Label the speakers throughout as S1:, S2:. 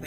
S1: ไป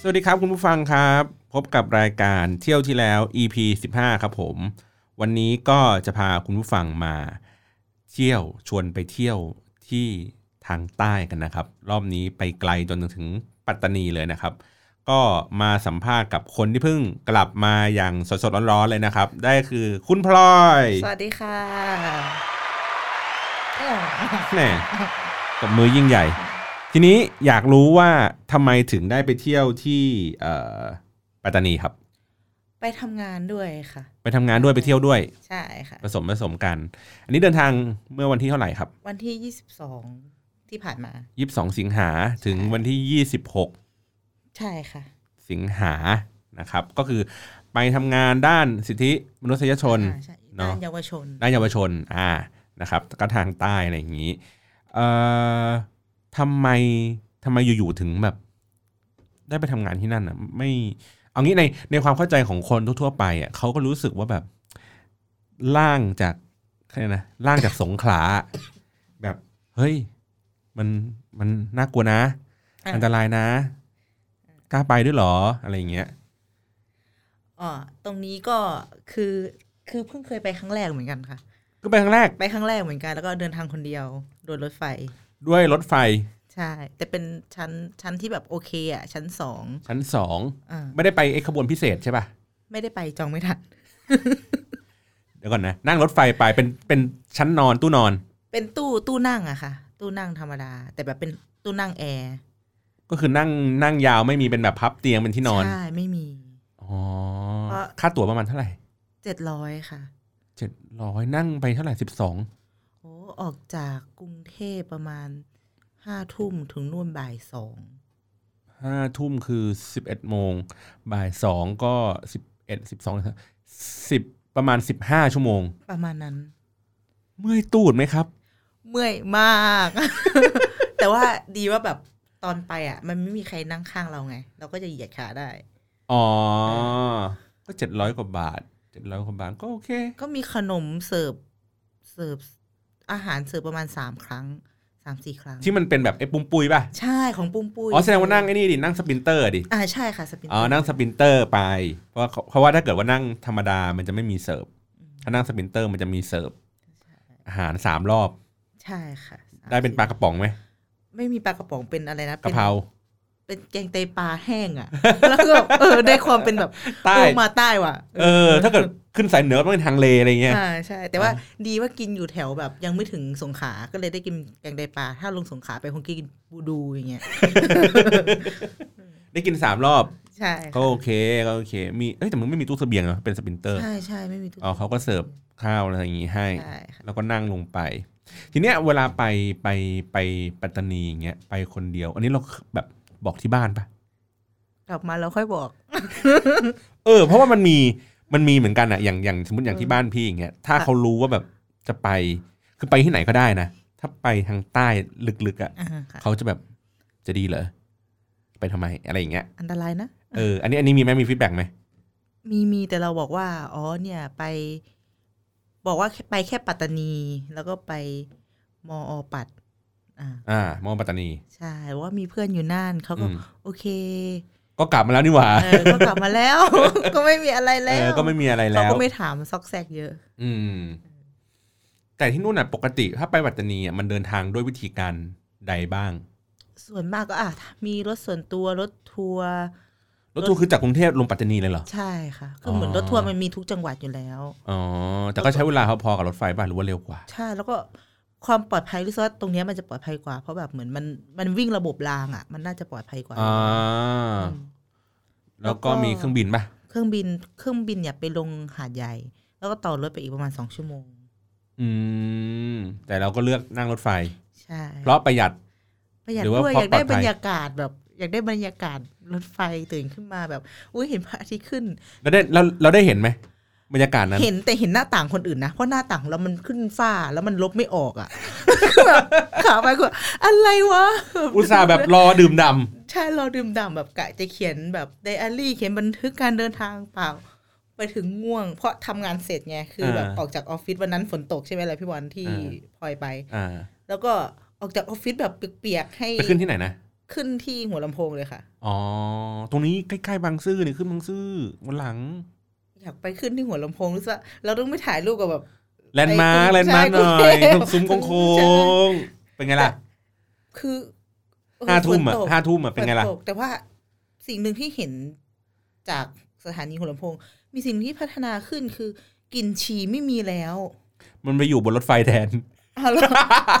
S2: สวัสดีครับคุณผู้ฟังครับ พบกับรายการเที่ยวที่แล้ว EP 15 ครับผม วันนี้ก็จะพาคุณผู้ฟังมา เที่ยวชวนไปเที่ยวที่ทางใต้กันนะครับ รอบนี้ไปไกลจนถึงปัตตานีเลยนะครับ ก็มาสัมภาษณ์กับคนที่เพิ่งกลับมาอย่างสดๆร้อนๆเลยนะครับ ได้คือคุณพลอย
S3: สวัสดีค่ะเอ้ย
S2: แหน่ตบมือยิ่งใหญ่ ทีนี้อยากรู้ว่าทำไมถึงได้ไปเที่ยวที่เอ่อปัตตานีครับ
S3: ไปทำงานด้วยค่ะ
S2: ไปทำงานด้วยไปเที่ยวด้วย
S3: ใช่ค่ะ
S2: ผสมผสมกัน อันนี้เดินทางเมื่อวันที่เท่าไหร่ครับ
S3: วันที่ 22 ที่ผ่านมา
S2: 22 สิงหาถึงวันที่ 26
S3: ใช่ค่ะ
S2: สิงหานะครับ ก็คือไปทำงานด้านสิทธิมนุษยชน
S3: อ่าใช่
S2: เนอะ
S3: ด้านเยาวชน
S2: ด้านเยาวชนอ่านะครับก็ทางใต้อะไรอย่างนี้เอ่อทำไมทำไมอยู่ๆถึงแบบ ได้ไปทำงานที่นั่นอ่ะไม่เอางี้ในในความเข้าใจของคนทั่วๆไปอ่ะเขาก็รู้สึกว่าแบบล่างจากอะไรนะล่างจากสงขลา แบบเฮ้ย มันมันน่ากลัวนะ
S3: อ่ะ
S2: อันตรายนะกล้าไปด้วยเหรออะไรอย่างเงี้ย
S3: อ๋อตรงนี้ก็คือคือเพิ่งเคยไปครั้งแรกเหมือนกันค่ะ
S2: ก็ไปครั้งแรก
S3: ไปครั้งแรกเหมือนกัน แล้วก็เดินทางคนเดียวโดยรถไฟ
S2: ด้วยรถไฟ
S3: ใช่ แต่เป็นชั้นชั้นที่แบบโอเคอ่ะ ชั้นสอง
S2: ชั้นสอง
S3: อ่า
S2: ไม่ได้ไปไอ้ขบวนพิเศษใช่ป่ะ
S3: ไม่ได้ไปจองไม่ทัน
S2: เดี๋ยวก่อนนะนั่งรถไฟไปเป็นเป็นชั้นนอนตู้นอน
S3: เป็นตู้ตู้นั่งอะค่ะ ตู้นั่งธรรมดา แต่แบบเป็นตู้นั่งแอร์
S2: ก็คือนั่งนั่งยาวไม่มีเป็นแบบพับเตียงเป็นที่นอน
S3: ใช่ไม่มี
S2: อ๋อค่าตั๋วประมาณเท่าไหร่
S3: เจ็ดร้อยค่ะ
S2: เจ็ดร้อยนั่งไปเท่าไหร่สิบสอง
S3: โอ้ออกจากกรุงเทพประมาณห้าทุ่มถึงนู่นบ่ายสอง
S2: ห้าทุ่มคือสิบเอ็ดโมงบ่ายสองก็สิบเอ็ดสิบสองสิบประมาณสิบห้าชั่วโมง
S3: ประมาณนั้น
S2: เมื่อยตูดไหมครับ
S3: เมื่อยมาก แต่ว่าดีว่าแบบตอนไปอ่ะ มันไม่มีใครนั่งข้างเราไง เราก็จะเหยียดขาได้
S2: อ๋อ ก็เจ็ดร้อยกว่าบาทเจ็ดร้อยกว่าบาทก็โอเค
S3: ก็มีขนมเสิร์ฟเสิร์ฟอาหารเสิร์ฟประมาณสามครั้งสามสี่ครั้ง
S2: ที่มันเป็นแบบไอ้ปุ้มปุยป่ะ
S3: ใช่ของปุ้มปุ้ย
S2: อ๋อแสดงว่านั่งไอ้นี่ดินั่งสปรินเตอร์ดิ
S3: อ่าใช่ค่ะสปิน
S2: อ๋อ นั่งสปรินเตอร์ไป เพราะว่าเพราะว่าถ้าเกิดว่านั่งธรรมดา มันจะไม่มีเสิร์ฟ ถ้านั่งสปรินเตอร์มันจะมีเสิร์ฟอาหารสามรอบ
S3: ใช่ค่ะสม
S2: ได้เป็นปลากระป๋องไหม
S3: ไม่มีปลากระป๋องเป็นอะไรนะ
S2: กะ
S3: น
S2: เพรา
S3: เป็นแกงไตปลาแห้งอ่ะ แล้วก็แบบเออได้ความเป็นแบบ
S2: ใต้
S3: เออมาใต้ว่ะ
S2: เออ ถ้าเกิดขึ้นสายเหนือต้องเป็นทางเลอะไรเงี้ย
S3: อ่าใช่ แต่ว่าดีว่ากินอยู่แถวแบบยังไม่ถึงสงขลาก็เลยได้กินแกงไตปลาถ้าลงสงขลาไปคงกินบูดูอย่างเงี้ย
S2: ได้กินสามรอบ
S3: ใช่
S2: ก็โอเค ก็โอเค มี เอ้ย แต่มึงไม่มีตู้เสบียงเหรอ เป็นสปรินเตอร์
S3: ใช่ใช่ไม่มีทุก
S2: อ๋อเขาก็เสิร์ฟข้าวอะไรอย่างงี้ให้
S3: ใช่ค่ะ
S2: แล้วก็นั่งลงไป ทีเนี้ยเวลาไปไปไปปัตตานีอย่างเงี้ย ไปคนเดียว อันนี้เราแบบบอกที่บ้านปะ
S3: กลับมาแล้วค่อยบอก
S2: เออเพราะว่ามันมีมันมีเหมือนกันอะอย่างอย่างสมมติอย่างที่บ้านพี่อย่างเงี้ยถ้า
S3: ค่ะ
S2: เขารู้ว่าแบบจะไปคือไปที่ไหนก็ได้นะ ถ้าไปทางใต้ลึกๆอะ
S3: อ่าค่ะ
S2: เขาจะแบบจะดีเหรอไปทำไมอะไรอย่างเงี้ย
S3: อันตรายนะ
S2: เอออันนี้อันนี้มีไหมมีฟีดแบ็กไหม
S3: มีมีแต่เราบอกว่า อ๋อเนี่ยไป บอกว่าแค่ไปแค่ปัตตานี แล้วก็ไปมออปัตอ่า
S2: อ่ามองปัตตานี
S3: ใช่ว่ามีเพื่อนอยู่น่านเขาก็
S2: อืม
S3: โอเค
S2: ก็กลับมาแล้วนี่หว่า
S3: เออก็กลับมาแล้ว ก็ไม่มีอะไร
S2: เอ
S3: แล้ว
S2: อก็ไม่มีอะไร
S3: เรา
S2: แล้
S3: ก็
S2: ว
S3: ไม่ถามซอกแซกเยอะ
S2: อืม แต่ที่นู่นน่ะ ปกติถ้าไปปัตตานีอะมันเดินทางด้วยวิธีการใดบ้าง
S3: ส่วนมากก็อ่ะมีรถส่วนตัวรถทัวร์
S2: รถทัวร์คือจากกรุงเทพลงปัตตานีเลยเหรอ
S3: ใช่ค่ะ
S2: อ๋
S3: คือ อเหมือนรถทัวร์มันมีทุกจังหวัดอยู่แล้ว
S2: อ๋อแต่ก็ใช้เวลาพอๆกับรถไฟป่ะหรือว่าเร็วกว่า
S3: ใช่แล้วก็ความปลอดภัยรู้สึกว่าตรงเนี้ยมันจะปลอดภัยกว่า เพราะแบบเหมือนมันมันวิ่งระบบรางอ่ะ มันน่าจะปลอดภัยกว่า
S2: อ่า
S3: อืม แล้
S2: แล้ว
S3: วก็
S2: ก็มีเครื่องบินป่ะ
S3: เครื่องบินเครื่องบินเนี่ยไปลงหาดใหญ่ แล้วก็ต่อรถไปอีกประมาณสองชั่วโมง
S2: อืม แต่เราก็เลือกนั่งรถไฟ
S3: ใช่
S2: เพราะประหยัด
S3: ประหยัด
S2: หรือว่า
S3: ด้วย
S2: เพ
S3: อ
S2: ราะป
S3: ยากได้
S2: ลอดภั
S3: บร
S2: ย
S3: รยากาศแบบ อยากได้บรรยากาศรถไฟตื่นขึ้นมาแบบอุ้ยเห็นพระอาทิตย์ขึ้น
S2: แล้วได้เราเราได้เห็นไหมบรรยากาศนั้น
S3: เห็นแต่เห็นหน้าต่างคนอื่นนะ เพราะหน้าต่างเรามันขึ้นฝ้าแล้วมันลบไม่ออกอ่ะ คือแบบขาไปกูอะไรวะ
S2: อุตส่าห์แบบรอดื่มด
S3: ใช่เราดื่มด่ำแบบกะจะเขียนแบบไดอารี่เขียนบันทึกการเดินทางเปล่า ไปถึงง่วง เพราะทำงานเสร็จไงคืออา แบบออกจากออฟฟิศวันนั้นฝนตกใช่ไหมล่ะพี่บอลที่
S2: อ่า
S3: พลอยไป
S2: ำอ่า
S3: แล้วก็ออกจากออฟฟิศแบบเปียกๆให้
S2: ไปขึ้นที่ไหนนะ
S3: ขึ้นที่หัวลำโพงเลยค่ะ
S2: อ๋อ ตรงนี้ใกล้ๆบางซื่อนี่ขึ้นบางซื่อวันหลัง
S3: อยากไปขึ้นที่หัวลำโพงรู้สึกว่าเราต้องไปถ่ายรูปกับแบบ
S2: แลนด์มาร์คแลนด์มาร์คหน่อยตรงซุ้มโค้งๆเป็นไงล่ะ
S3: คือเออ
S2: ห้าทุ่ม
S3: ฝ
S2: อ่ะ
S3: นตก
S2: ห้าทุ่มอ่ะเป็นไงล่ะ
S3: ฝตกแต่ว่าสิ่งหนึ่งที่เห็นจากสถานีหัวลำโพง มีสิ่งที่พัฒนาขึ้นคือกลิ่นฉี่ไม่มีแล้ว
S2: มันไปอยู่บนรถไฟแทน
S3: อ้าวแล้ว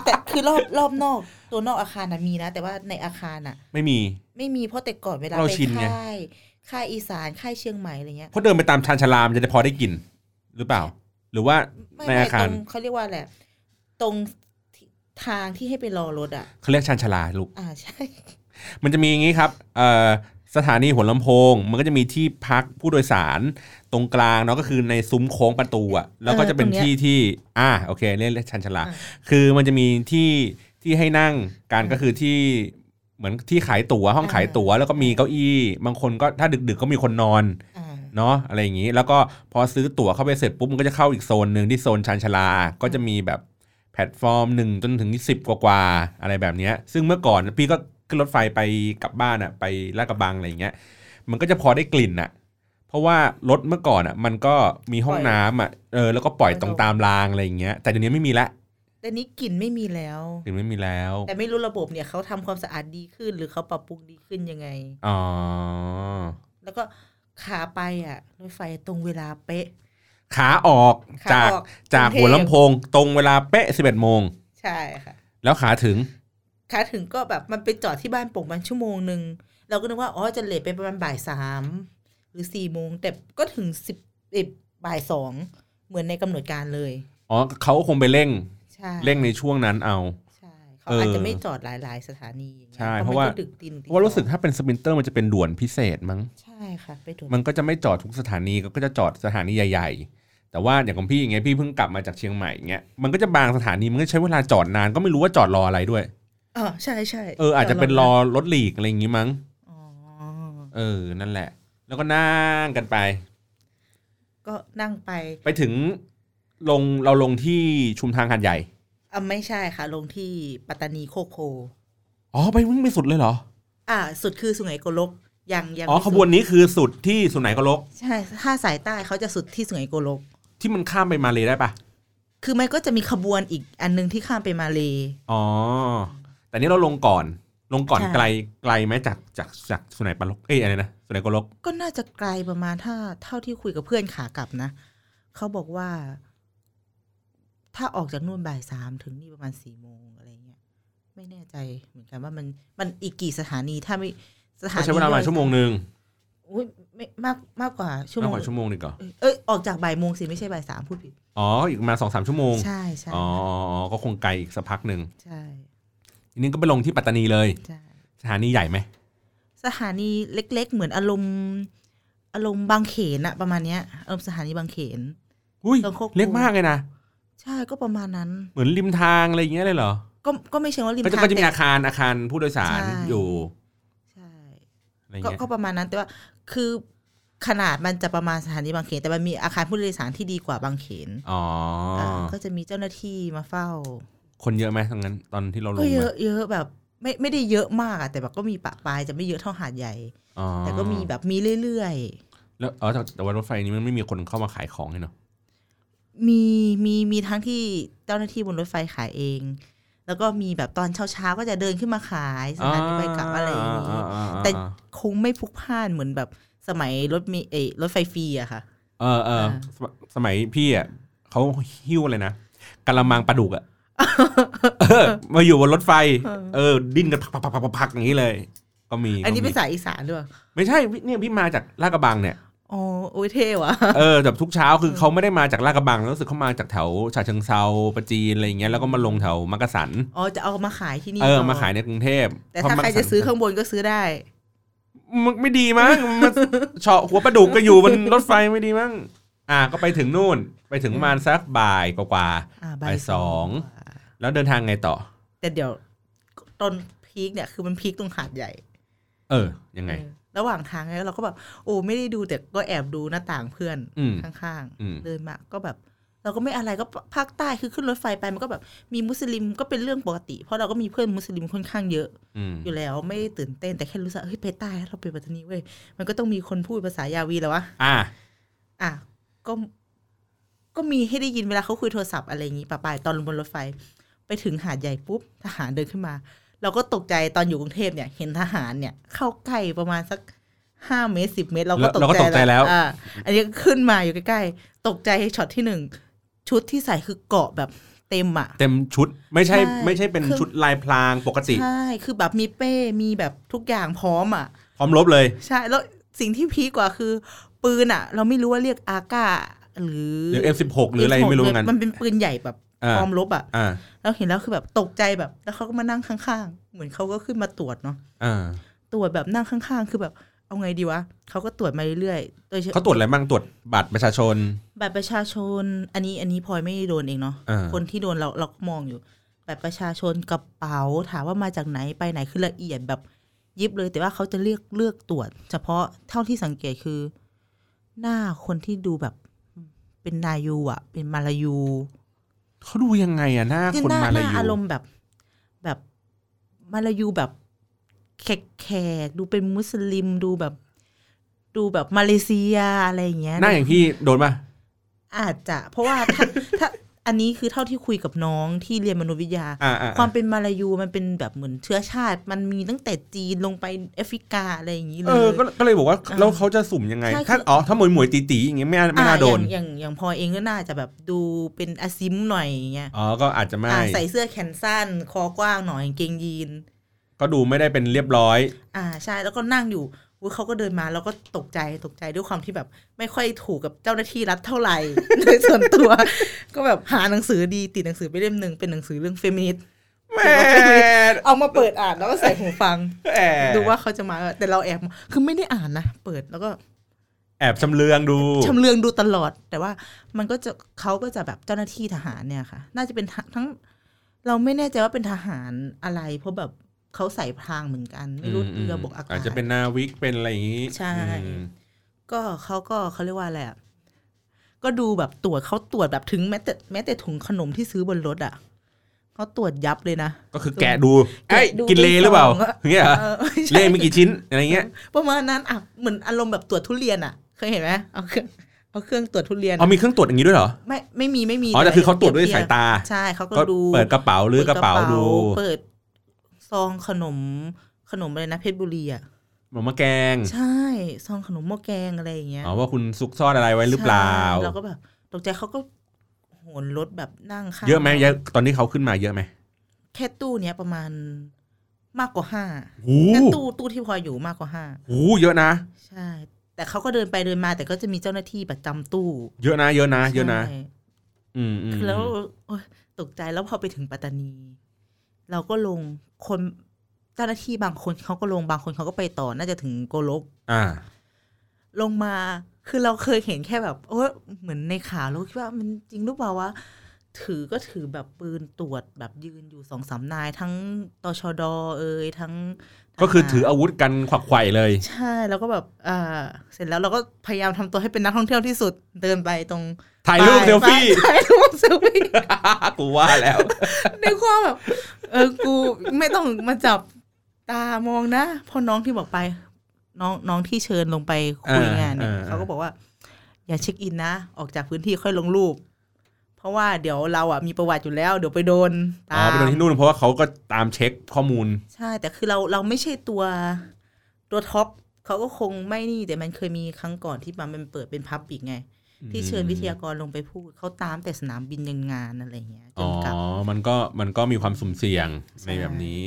S3: แต่คือรอบรอบนอก ตัวนอกอาคารนะมีนะ แต่ว่าในอาคารน่ะ
S2: ไม่มี
S3: ไม่มีเพราะแต่ก่อนเวลา
S2: เรา
S3: ไป
S2: ชินไง
S3: ค่ายค่ายอีสานค่ายเชียงใหม่อะไรเงี้ย
S2: เพราะเดินไปตามชานชาลามนจะได้พอได้กลิ่นหรือเปล่า หรือว่า
S3: ไม่
S2: ใน
S3: ไม่
S2: อา
S3: ต
S2: คาร
S3: รงเขาเรียกว่าแหละ ตรงที่ทางที่ให้ไปรอรถอ่ะ
S2: เขาเรียกชานชาลาลูก
S3: อ่าใช่
S2: มันจะมีอย่างนี้ครับเอ่อสถานีหัวลำโพง มันก็จะมีที่พักผู้โดยสารตรงกลางเนาะก็คือในซุ้มโค้งประตูอะแล้วก็จะเป็น
S3: เออตรงเนี้ย
S2: ที่ที่อ่าโอเคเรียกเรียกชันชลา
S3: อ่ะ
S2: คือมันจะมีที่ที่ให้นั่งการก็คือที่เหมือนที่ขายตั๋วห้อง
S3: อ่า
S2: ขายตั๋ว แล้วก็มีเก้าอี้ บางคนก็ถ้าดึกๆก็มีคนนอน
S3: อ่า
S2: เนาะอะไรอย่างนี้ แล้วก็พอซื้อตั๋วเข้าไปเสร็จปุ๊บมันก็จะเข้าอีกโซนหนึ่งที่โซนชานชาลา ก็จะมีแบบแพลตฟอร์มหนึ่งจนถึงสิบกว่าๆอะไรแบบเนี้ย ซึ่งเมื่อก่อนพี่ก็ขึ้นรถไฟไปกลับบ้านอะไปลาดกระบังอะไรอย่างเงี้ย มันก็จะพอได้กลิ่นอะเพราะว่ารถเมื่อก่อนอะมันก็มีห้องน้ำอะเออแล้วก็ปล่อยตรงตามรางอะไรอย่างเงี้ยแต่เดี๋ยวนี้ไม่มีละ
S3: แต่นี้กลิ่นไม่มีแล้ว
S2: ถึงไม่มีแล้ว
S3: แต่ไม่รู้ระบบเนี่ยเขาทำความสะอาดดีขึ้น หรือเขาปรับปรุงดีขึ้นยังไง
S2: อ๋อ
S3: แล้วก็ขาไปอ่ะรถไฟตรงเวลาเป๊ะ
S2: ขาออก
S3: ขา
S2: จาก
S3: ออก
S2: จาก
S3: กรุงเทพ
S2: หัวลำโพง ตรงเวลาเป๊ะ11โมง
S3: ใช่ค่ะ
S2: แล้วขาถึง
S3: ขาถึงก็แบบมันไปจอดที่บ้านโป่งมันชั่วโมงหนึ่งเราก็นึกว่าอ๋อจะเลทไปประมาณบ่ายสามหรือสี่โมงแต่ก็ถึงสิบเอ็ดบ่ายสองเหมือนในกำหนดการเลย
S2: อ๋อเขาคงไปเร่ง
S3: ใช่
S2: เร่งในช่วงนั้นเอา
S3: ใช่เขาอาจจะไม่จอดหลาย ๆ สถานีอย่างงี้ย
S2: ใช่เพราะว่า
S3: มันก็ดึกตีน
S2: เพราะว่ารู้สึกถ้าเป็นสปรินเตอร์มันจะเป็นด่วนพิเศษมั้ง
S3: ใช่ค่ะไปดู
S2: มันก็จะไม่จอดทุกสถานีก็จะจอดสถานีใหญ่ๆ แต่ว่าอย่างของพี่อย่างเงี้ยพี่เพิ่งกลับมาจากเชียงใหม่อย่างเงี้ยมันก็จะบางสถานีมันก็ใช้เวลาจอดนานก็ไม่รู้ว่าจอดรออะไรด้วย
S3: อ๋อใช่ใช่
S2: เอออาจจะเป็นรอรถหลีกอะไรอย่างงี้มั้ง
S3: อ๋อ
S2: เออนั่นแหละ แล้วก็นั่งกันไป
S3: ก็นั่งไป
S2: ไปถึงลงเราลงที่ชุมทางหัดใหญ่
S3: อ่ะไม่ใช่ค่ะ ลงที่ปัตตานีโคกโพ
S2: อ๋อไปมึงไปสุดเลยเหรอ
S3: อ่ะสุดคือสุไหงโกลกยังยัง
S2: อ๋อ
S3: ไม่
S2: ข
S3: สุด
S2: บวนนี้คือสุดที่สุไหนก็ลก
S3: ใช่ถ้าสายใต้เขาจะสุดที่สุไหงโกลก
S2: ที่มันข้ามไปมาเลยได้ปะ
S3: คือมันก็จะมีขบวนอีกอันหนึงที่ข้ามไปมาเล
S2: อ๋อ แต่นี่เราลงก่อน ลงก่อน
S3: ใช่
S2: ไกลไกลไหมจากจากจากสุไหนปาลกเอ้ยอะไรนะสุไหนโกลก
S3: ก็น่าจะไกลประมาณถ้าเท่าที่คุยกับเพื่อนขากลับนะเขาบอกว่า ถ้าออกจากนู่นบ่ายสามถึงนี่ประมาณสี่โมงอะไรเงี้ยไม่แน่ใจเหมือนกันว่ามันมันอีกกี่สถานีถ้าไม่สถา
S2: ก็
S3: นี
S2: ใช้เวลาประมาณชั่วโมงหนึ่ง
S3: อุ๊ยไม่มากมากกว่าชั่ว
S2: มา
S3: โม
S2: ก
S3: ง
S2: กว่าชั่วโมงหนึ่งก่อน
S3: เอ้ยออกจากบ่ายโมงสิไม่ใช่บ่ายสามพูดผิด
S2: อ๋อ อีกประมาณสองสามชั่วโมง
S3: ใช่ใช่
S2: อ๋ออ๋ออ๋อก็คงไกลอีกสักพักหนึ่ง
S3: ใช่
S2: ทีนี้ก็ไปลงที่ปัตตานีเลย
S3: ใช่
S2: สถานีใหญ่ไหม
S3: สถานีเล็ก ๆ เหมือนอารมณ์ อารมณ์บางเขนอะประมาณเนี้ยอารมณ์สถานีบางเขน
S2: อุ้ย
S3: ลงโคก
S2: เล็กมากเลยนะ
S3: ใช่ก็ประมาณนั้น
S2: เหมือนริมทางอะไรอย่างเงี้ยเลยเหรอ
S3: ก็ก็ไม่เชิงว่าริม
S2: ก็จะ
S3: ทาง
S2: ก็จะมี
S3: แต่
S2: อาคารอาคารผู้โดยสาร
S3: ใช่
S2: อยู่
S3: ใช่
S2: อะไรอย่าง
S3: ก็
S2: เงี้ย
S3: ก็ประมาณนั้นแต่ว่าคือขนาดมันจะประมาณสถานีบางเขน แต่มันมีอาคารผู้โดยสารที่ดีกว่าบางเขน
S2: อ๋ออา
S3: ก็จะมีเจ้าหน้าที่มาเฝ้า
S2: คนเยอะไหมทั้งนั้นตอนที่เราลง
S3: ก็เยอะ
S2: อะ
S3: เยอะแบบ ไม่ไม่ได้เยอะมากอะแต่แบบก็มีปะปลายจะไม่เยอะเท่าหาดใหญ่
S2: อ๋อ
S3: แต่ก็มีแบบมีเรื่อยๆ
S2: แล้วอ๋อแต่แต่ว่ารถไฟนี้มันไม่มีคนเข้ามาขายของให้เนาะ
S3: มีมีมีทั้งที่เจ้าหน้าที่บนรถไฟขายเอง แล้วก็มีแบบตอนเช้าๆก็จะเดินขึ้นมาขายสถานีไปกลับอะไรอย่างนี้
S2: อ่า
S3: แต่ คงไม่พลุกพล่านเหมือนแบบสมัยรถมีเอยรถไฟฟรีอะค่ะ
S2: เออเออ
S3: อ่า
S2: สมสมัยพี่อ่ะเขาหิ้วเลยนะกะละมังปลาดุกอ่ะเออมาอยู่บนรถไฟ เออ ดิ้นกันพักๆๆๆๆอย่างนี้เลย ก็มี
S3: อันนี้
S2: ก็
S3: เป็
S2: มี
S3: นสายอีสานด้วย
S2: ไม่ใช่พี่เนี่ยพี่มาจากลาดกระบังเนี่ย
S3: อ๋อโอ้ยเท่ว่ะ
S2: เออแบบทุกเช้าคือเขาไม่ได้มาจากลาดกระบังแล้วรู้สึกเขามาจากแถวฉะเชิงเซาประจีนอะไรอย่างเงี้ยแล้วก็มาลงแถวมักกะสัน
S3: อ๋อจะเอามาขายที่นี่
S2: เออ
S3: ก่น
S2: มาขายในกรุงเทพ
S3: แต่ถ้าใครจะซื้อข้างบนก็ซื้อได้
S2: มันไม่ดีมั้งมันเฉาะหัวปลาดุกก็อยู่บนรถไฟไม่ดีมั้งอ่ะก็ไปถึงนู่น ไปถึงประมาณสักบ่ายกว่า
S3: อ่า
S2: บ่ายสอง ๆแล้วเดินทางไงต่อ
S3: แต่เดี๋ยวตอนพีคเนี่ยคือมันพีคตรงหาดใหญ่
S2: เออ ยังไง
S3: เออระหว่างทางเนี่ยเราก็แบบโอ้ไม่ได้ดูแต่ก็แอบดูหน้าต่างเพื่อน
S2: อืม
S3: ข้าง
S2: อืม
S3: ๆ เดินมาก็แบบ เราก็ไม่อะไรก็ภาคใต้คือขึ้นรถไฟไปมันก็แบบมีมุสลิมก็เป็นเรื่องปกติ เพราะเราก็มีเพื่อนมุสลิมค่อนข้างเยอะ
S2: อืม
S3: อยู่แล้ว ไม่ได้ตื่นเต้นแต่แค่รู้สึกว่าเฮ้ยไปใต้แล้วเราไปปัตตานีเว้ยมันก็ต้องมีคนพูดภาษายาวีแล้ววะ
S2: อ่ะ
S3: อ่ะก็ก็มีให้ได้ยินเวลาเขาคุยโทรศัพท์อะไรอย่างนี้ป่ะปายตอนลงบนรถไฟ ไปถึงหาดใหญ่ปุ๊บทหารเดินขึ้นมา เราก็ตกใจตอนอยู่กรุงเทพเนี่ย เห็นทหารเนี่ย เข้าใกล้ประมาณสักห้าเมตรสิบเมตร เราก็
S2: เราก็ตกใจแล้ว
S3: อ่ะอันนี้ขึ้นมาอยู่ใกล้ๆตกใจช็อตที่หนึ่งชุดที่ใส่คือเกาะแบบเต็มอ่ะ
S2: เต็มชุดไม่ใช่
S3: ใช่
S2: ไม่ใช่เป็น
S3: คือ
S2: ชุดลายพรางปกติ
S3: ใช่คือแบบมีเป้มีแบบทุกอย่างพร้อมอ่ะ
S2: พร้อมลบเลย
S3: ใช่แล้วสิ่งที่พีกกว่าคือ ปืนอ่ะ เราไม่รู้ว่าเรียกอาก้าหรือ
S2: หรือ F16 หรืออะไรไม่รู้เหมือนกัน
S3: มันเป็นปืนใหญ่แบบ
S2: อ่า
S3: พร้อมลบอ่ะ
S2: อ่า
S3: เราเห็นแล้วคือแบบตกใจแบบ แล้วเขาก็มานั่งข้างๆ เหมือนเขาก็ขึ้นมาตรวจเนาะ
S2: อ่า
S3: ตรวจแบบนั่งข้างๆ คือแบบเอาไงดีวะเขาก็ตรวจมาเรื่อยๆโดยเฉ
S2: เขาตรวจอะไรบ้างตรวจบัตรประชาชน
S3: บัตรประชาชน อันนี้อันนี้พลอยไม่โดนเองเนาะ
S2: อ่า
S3: คนที่โดนเราเราก็มองอยู่บัตรประชาชนกระเป๋าถามว่ามาจากไหนไปไหนคือละเอียดแบบยิบเลย แต่ว่าเขาจะเลือกเลือกตรวจ เฉพาะเท่าที่สังเกตคือ หน้าคนที่ดูแบบเป็นนายูอ่ะ เป็นมาลายู
S2: เขาดูยังไงอะหน้า
S3: คือ
S2: คน
S3: หน้า
S2: มา
S3: ห
S2: ลา
S3: น้า
S2: ยู
S3: อารมณ์แบบแบบมาลายูแบบแขกแขกๆดูเป็นมุสลิมดูแบบ ดูแบบมาเลเซียอะไรอย่างเงี้ย
S2: หน้าอย่างพี่โดนป่ะ
S3: อาจจะเพราะ ว่าถ้าถ้าอันนี้คือเท่าที่คุยกับน้องที่เรียนมนุษยวิทยา
S2: อ่าอ่า
S3: ความเป็นมาลายูมันเป็นแบบเหมือนเชื้อชาติ มันมีตั้งแต่จีนลงไปแอฟริกาอะไรอย่างนี้เล
S2: เอย อก็ก็เลยบอกว่า
S3: อ่า
S2: แล้วเขาจะสุ่มยังไง
S3: ใช่
S2: ถ้า
S3: คือ
S2: อ๋อถ้าหมวยหมวยตีตีอย่างเงี้ยไม่น่าไม่น่า
S3: อ่ะ
S2: โดน
S3: อย่างอย่างอย่างพลอยเองก็น่าจะแบบดูเป็นอาซิมหน่อยอย่างเงี้ย
S2: อ๋อก็อาจจะไม่
S3: อ่ะใส่เสื้อแขนสั้น คอกว้างหน่อยกางเกงยีน
S2: ก็ดูไม่ได้เป็นเรียบร้อย
S3: อ่าใช่แล้วก็นั่งอยู่อุ๊ยเขาก็เดินมาแล้วก็ตกใจตกใจด้วยความที่แบบ ไม่ค่อยถูกกับเจ้าหน้าที่รัฐเท่าไหร่ ในส่วนตัว ก็แบบหาหนังสือดีติดหนังสือไปเล่มหนึ่งเป็นหนังสือเรื่องเฟมินิสต์
S2: แหม่
S3: เอามาเปิดอ่านแล้วก็ใส่หูฟัง
S2: แอบ
S3: ดูว่าเขาจะมาแต่เราแอบคือไม่ได้อ่านนะเปิดแล้วก็
S2: แอบชำเลืองดู
S3: ชำเลืองดูตลอด แต่ว่ามันก็จะเขาก็จะแบบเจ้าหน้าที่ทหารเนี่ยค่ะ น่าจะเป็นทหารทั้ง เราไม่แน่ใจว่าเป็นทหารอะไร เพราะแบบเขาใส่พรางเหมือนกันไม่รู้เรือบกอากาศ
S2: อาจจะเป็นนาวิกเป็นอะไรอย่างงี้
S3: ใช่
S2: อืม
S3: ก็เขาก็เขาเรียกว่าอะไรอ่ะ ก็ดูแบบตรวจเขาตรวจแบบถึงแม้แต่แม้แต่ถุงขนมที่ซื้อบนรถอ่ะเขาตรวจยับเลยนะ
S2: ก็คือแกะดู
S3: แกะ
S2: เอ้ย
S3: ดู
S2: กินเลหรือเปล่า
S3: ไม่ส่องอะ
S2: อย่างเงี้ยเหรอ
S3: เออใช่
S2: เลมีกี่ชิ้นอะไรเงี้ย
S3: ประมาณนั้นอ่ะเหมือนอารมณ์แบบตรวจทุเรียนอ่ะ เคยเห็นไหมเอาเครื่องเอาเครื่องตรวจทุเรียน
S2: เอามีเครื่องตรวจอย่างงี้ด้วยเหรอ
S3: ไม่ไม่มีไม่มี
S2: อ๋อแต่คือเขาตรวจด้วยสายตา
S3: ใช่เขาก็
S2: ก็
S3: ดู
S2: เปิดกระเป๋าหรือกระเป๋าดู
S3: เปิดซองขนมขนมอะไรนะเพชรบุรีอ่ะ
S2: หมอมะแกง
S3: ใช่ซองขนมหม้อแกงอะไรอย่างเงี้ย
S2: อ๋อว่าคุณซุกซ่อนอะไรไว้หรือเปล่า
S3: ใช่เราก็แบบตกใจเขาก็โหนรถแบบนั่งข้าง
S2: เยอะไหมเยอะตอนนี้เขาขึ้นมาเยอะไหม
S3: แค่ตู้เนี้ยประมาณมากกว่าห้า
S2: หู
S3: แค่ตู้ตู้ที่พลอยอยู่มากกว่าห้า
S2: หูเยอะนะ
S3: ใช่ แต่เขาก็เดินไปเดินมา แต่ก็จะมีเจ้าหน้าที่ประจำตู้
S2: เยอะนะ เยอะนะ เยอะนะ
S3: ใช่
S2: อืมอืม
S3: คือแล้วโอ๊ยตกใจแล้วพอไปถึงปัตตานี เราก็ลงคนเจ้าหน้าที่บางคนเขาก็ลงบางคนเขาก็ไปต่อน่าจะถึงโกลก
S2: อ่า
S3: ลงมาคือเราเคยเห็นแค่แบบโอ้เหมือนในข่าวเราก็คิดว่ามันจริงหรือเปล่าวะถือก็ถือแบบปืนตรวจแบบยืนอยู่สองสามนาย ทั้งตชดเอ่ยทั้งทหาร
S2: ก็คือถืออาวุธกันขวักไขว่เลย
S3: ใช่แล้วก็แบบอ่าเสร็จแล้วเราก็พยายามทำตัวให้เป็นนักท่องเที่ยวที่สุดเดินไปตรง
S2: ถ่ายรูป
S3: ป้
S2: เซลฟี่
S3: ถ่ายรูปเซลฟี่
S2: กูว่าแล้ว
S3: ในความแบบ เออกูไม่ต้องมาจับตามองนะเพอน้องที่บอกไป น้องน้องที่เชิญลงไปคุยงานเนี่ยเขาก็บอกว่า อย่าเช็คอินนะ ออกจากพื้นที่ค่อยลงรูป เพราะว่าเดี๋ยวเราอ่ะมีประวัติอยู่แล้ว เดี๋ยวไปโดน
S2: อ๋อ
S3: ตาม
S2: ไปโดนที่นู่นเพราะว่าเขาก็ตามเช็คข้อมูล
S3: ใช่ แต่คือเราเราไม่ใช่ตัว ตัวท็อปเขาก็คงไม่นี่แต่มันเคยมีครั้งก่อนที่มันเปิดเป็นพับอีกไง ที่เชิญวิทยากรลงไปพูดเขาตามแต่สนามบินยังงานอะไรอย่างเงี้ยจ
S2: อ๋อ
S3: นกลับ
S2: มันก็มันก็มีความสุ่มเสี่ยง
S3: ใช่
S2: ในแบบนี้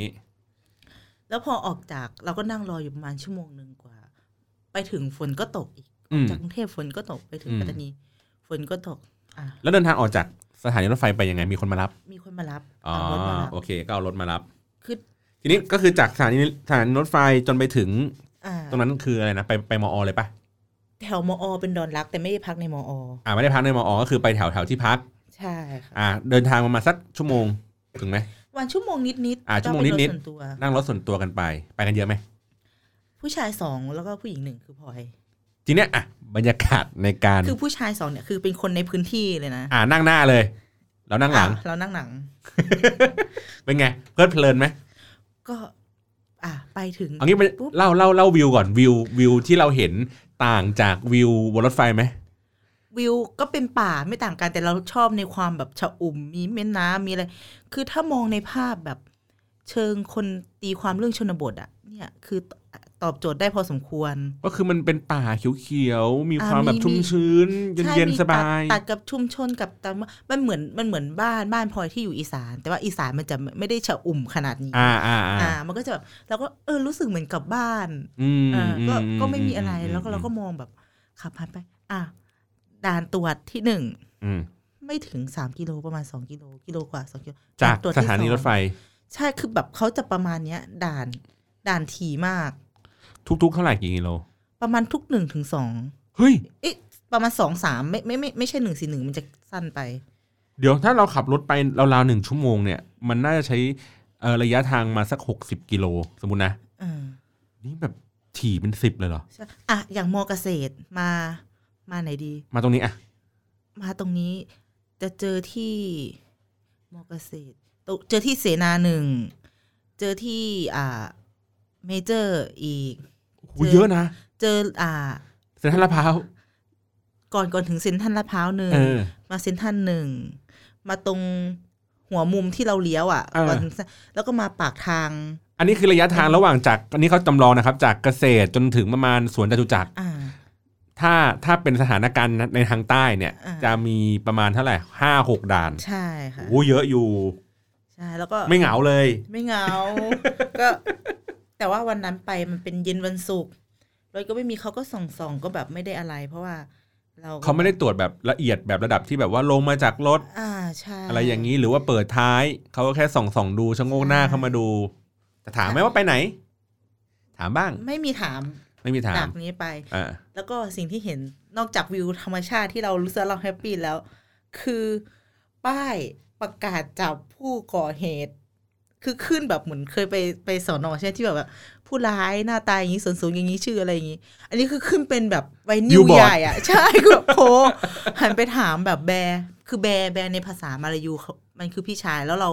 S3: แล้วพอออกจากเราก็นั่งรออยู่ประมาณชั่วโมงหนึ่งกว่า ไปถึงฝนก็ตกอีก
S2: อืม
S3: จากกรุงเทพฝนก็ตกไปถึงปัตตานีฝนก็ตก อ่ะ
S2: แล้วเดินทางออกจากสถานีรถไฟไปยังไงมีคนมารับ
S3: มีคนมารับ
S2: อ๋อ
S3: เอารถมารับ
S2: โอเค ก็เอารถมารับ
S3: คือ
S2: ทีนี้ก็คือจากสถานีสถานีรถไฟจนไปถึง
S3: อ่า
S2: ตรงนั้นคืออะไรนะไปไปมอเลยปะ
S3: แถวมอเป็นดอนรัก แต่ไม่ได้พักในมอ
S2: อ่าไม่ได้พักในมอก็คือไปแถวแถวที่พัก
S3: ใช่ค่ะ
S2: อ่า เดินทางประมาณสักชั่วโมงถึงไหม
S3: วันชั่วโมงนิดนิดๆ
S2: อ่าชั่วโมง
S3: ก็เป็
S2: นิ
S3: รถ
S2: ดๆ
S3: ส่วนตัว
S2: นั่งรถส่วนตัวกันไป ไปกันเยอะไหม
S3: ผู้ชายสองแล้วก็ผู้หญิงหนึ่งคือพลอย
S2: ทีเนี้ยอ่ะบรรยากาศในการ
S3: คือผู้ชายสองเนี่ยคือเป็นคนในพื้นที่เลยนะ
S2: อ่านั่งหน้าเลย แล้วนั่งหลัง
S3: อ่ะเรานั่งหลัง
S2: เป็นไงเพลิดเพลินไหม
S3: ก็ อ่ะไปถึง
S2: เอางี้ไป
S3: ปุ๊บ
S2: เล่าเล่าเล่าวิวก่อนวิววิวที่เราเห็นต่างจากวิวบนรถไฟไหม
S3: วิวก็เป็นป่าไม่ต่างกันแต่เราชอบในความแบบชะอุ่มมีแม่น้ำมีอะไร คือถ้ามองในภาพแบบเชิงคนตีความเรื่องชนบทอะเนี่ยคือตอบโจทย์ได้พอสมควร
S2: ก็คือมันเป็นป่าเขียวๆมี
S3: อ่า
S2: ความแบบ
S3: มี
S2: ชุ่ม
S3: มี
S2: ชื้น
S3: ใช่
S2: เย็น
S3: มี
S2: ๆสบาย
S3: ตัดตัดกับชุมชนกับตามมันเหมือนมันเหมือนบ้านบ้านพลอยที่อยู่อีสาน แต่ว่าอีสานมันจะไม่ได้ชะอุ่มขนาดนี้
S2: อ่าอ่าอ่า
S3: อ่า มันก็จะแบบเราก็เออรู้สึกเหมือนกลับบ้าน
S2: อืม
S3: อ่าก็
S2: อื
S3: ก็ไม่มีอะไร
S2: ม
S3: แล้วก็เราก็มองแบบขับผ่านไป อ่ะด่านตรวจที่หนึ่ง
S2: อืม
S3: ไม่ถึงสามกิโลประมาณสองกิโลกิโลกว่าสองกิโล
S2: จาก
S3: ตวจ
S2: ส
S3: ที่
S2: ถานีรถไฟ
S3: ใช่คือแบบเขาจะประมาณเนี้ย ด่านด่านถี่มาก
S2: ทุกๆ เท่าไหร่กี่กิโล
S3: ประมาณทุกหนึ่งถึงสอง
S2: เฮ้ย
S3: เอ๊ะประมาณสองสามไม่ไม่ไม่ไม่ใช่หนึ่งสี่หนึ่งมันจะสั้นไป
S2: เดี๋ยวถ้าเราขับรถไปราวๆหนึ่งชั่วโมงเนี่ย มันน่าจะใช้เอ่อระยะทางมาสักหกสิบกิโลสมมตินะ
S3: อ่า
S2: นี่แบบถี่เป็นสิบเลยเหรอ
S3: ใช่อ่ะอย่างมอเกษตรมามาไหนดี
S2: มาตรงนี้อ่ะ
S3: มาตรงนี้จะเจอที่มอเกษตรตรงเจอที่เสนาหนึ่งเจอที่อ่าเมเจอร์อีก
S2: โอ้โห
S3: เจอ
S2: เยอะนะ
S3: เจออ่า
S2: เซ็นทรัลลาดพร้าว
S3: ก่อนก่อนถึงเซ็นทรัลลาดพร้าวหนึ่ง
S2: เออ
S3: มาเซ็นทรันหนึ่ง มาตรงหัวมุมที่เราเลี้ยวอ่ะ
S2: อ่า
S3: ก่อนถึงเซ็นแล้วก็มาปากทาง
S2: อันนี้คือระยะทางระหว่างจาก อันนี้เขาจำลองนะครับ จากเกษตรจนถึงประมาณสวนจตุจักร
S3: อ่า
S2: ถ้าถ้าเป็นสถานการณ์ในทางใต้เนี่ย
S3: อ่า
S2: จะมีประมาณเท่าไหร่ห้าหกด่าน
S3: ใช่ค่ะ
S2: โอ้เยอะอยู่
S3: ใช่แล้วก็
S2: ไม่เหงาเลย
S3: ไม่ เหงา ก็ แต่ว่าวันนั้นไปมันเป็นเย็นวันศุกร์รถก็ไม่มีเขาก็ส่องส่องๆก็แบบไม่ได้อะไร เพราะว่าเราก็
S2: เขาไม่ได้ตรวจแบบละเอียดแบบระดับที่แบบว่าลงมาจากรถ
S3: อ่าใช่
S2: อะไรอย่างนี้หรือว่าเปิดท้ายเขาก็แค่ส่องส่องๆดูชะโงกหน้าเข้ามาดู แต่ถามไหมว่าไปไหน ถามบ้าง
S3: ไม่มีถาม
S2: ไม่มีถา
S3: จาม กนี้ไป
S2: อ่า
S3: แล้วก็สิ่งที่เห็นนอกจากวิวธรรมชาติที่เรารู้สึกเราแฮปปี้แล้ว คือป้ายประกาศจับผู้ก่อเหตุ คือขึ้นแบบเหมือนเคยไปไปสอนอใช่ไหมที่แบบว่า ผู้ร้ายหน้าตาอย่างนี้ส่วนสูงอย่างนี้ชื่ออะไรอย่างนี้ อันนี้คือขึ้นเป็นแบบไวนิวใหญ่อะใช่คือแบบโพหันไปถามแบบแบร์คือแบร์แบร์ในภาษามาลายูเขามันคือพี่ชายแล้วเรา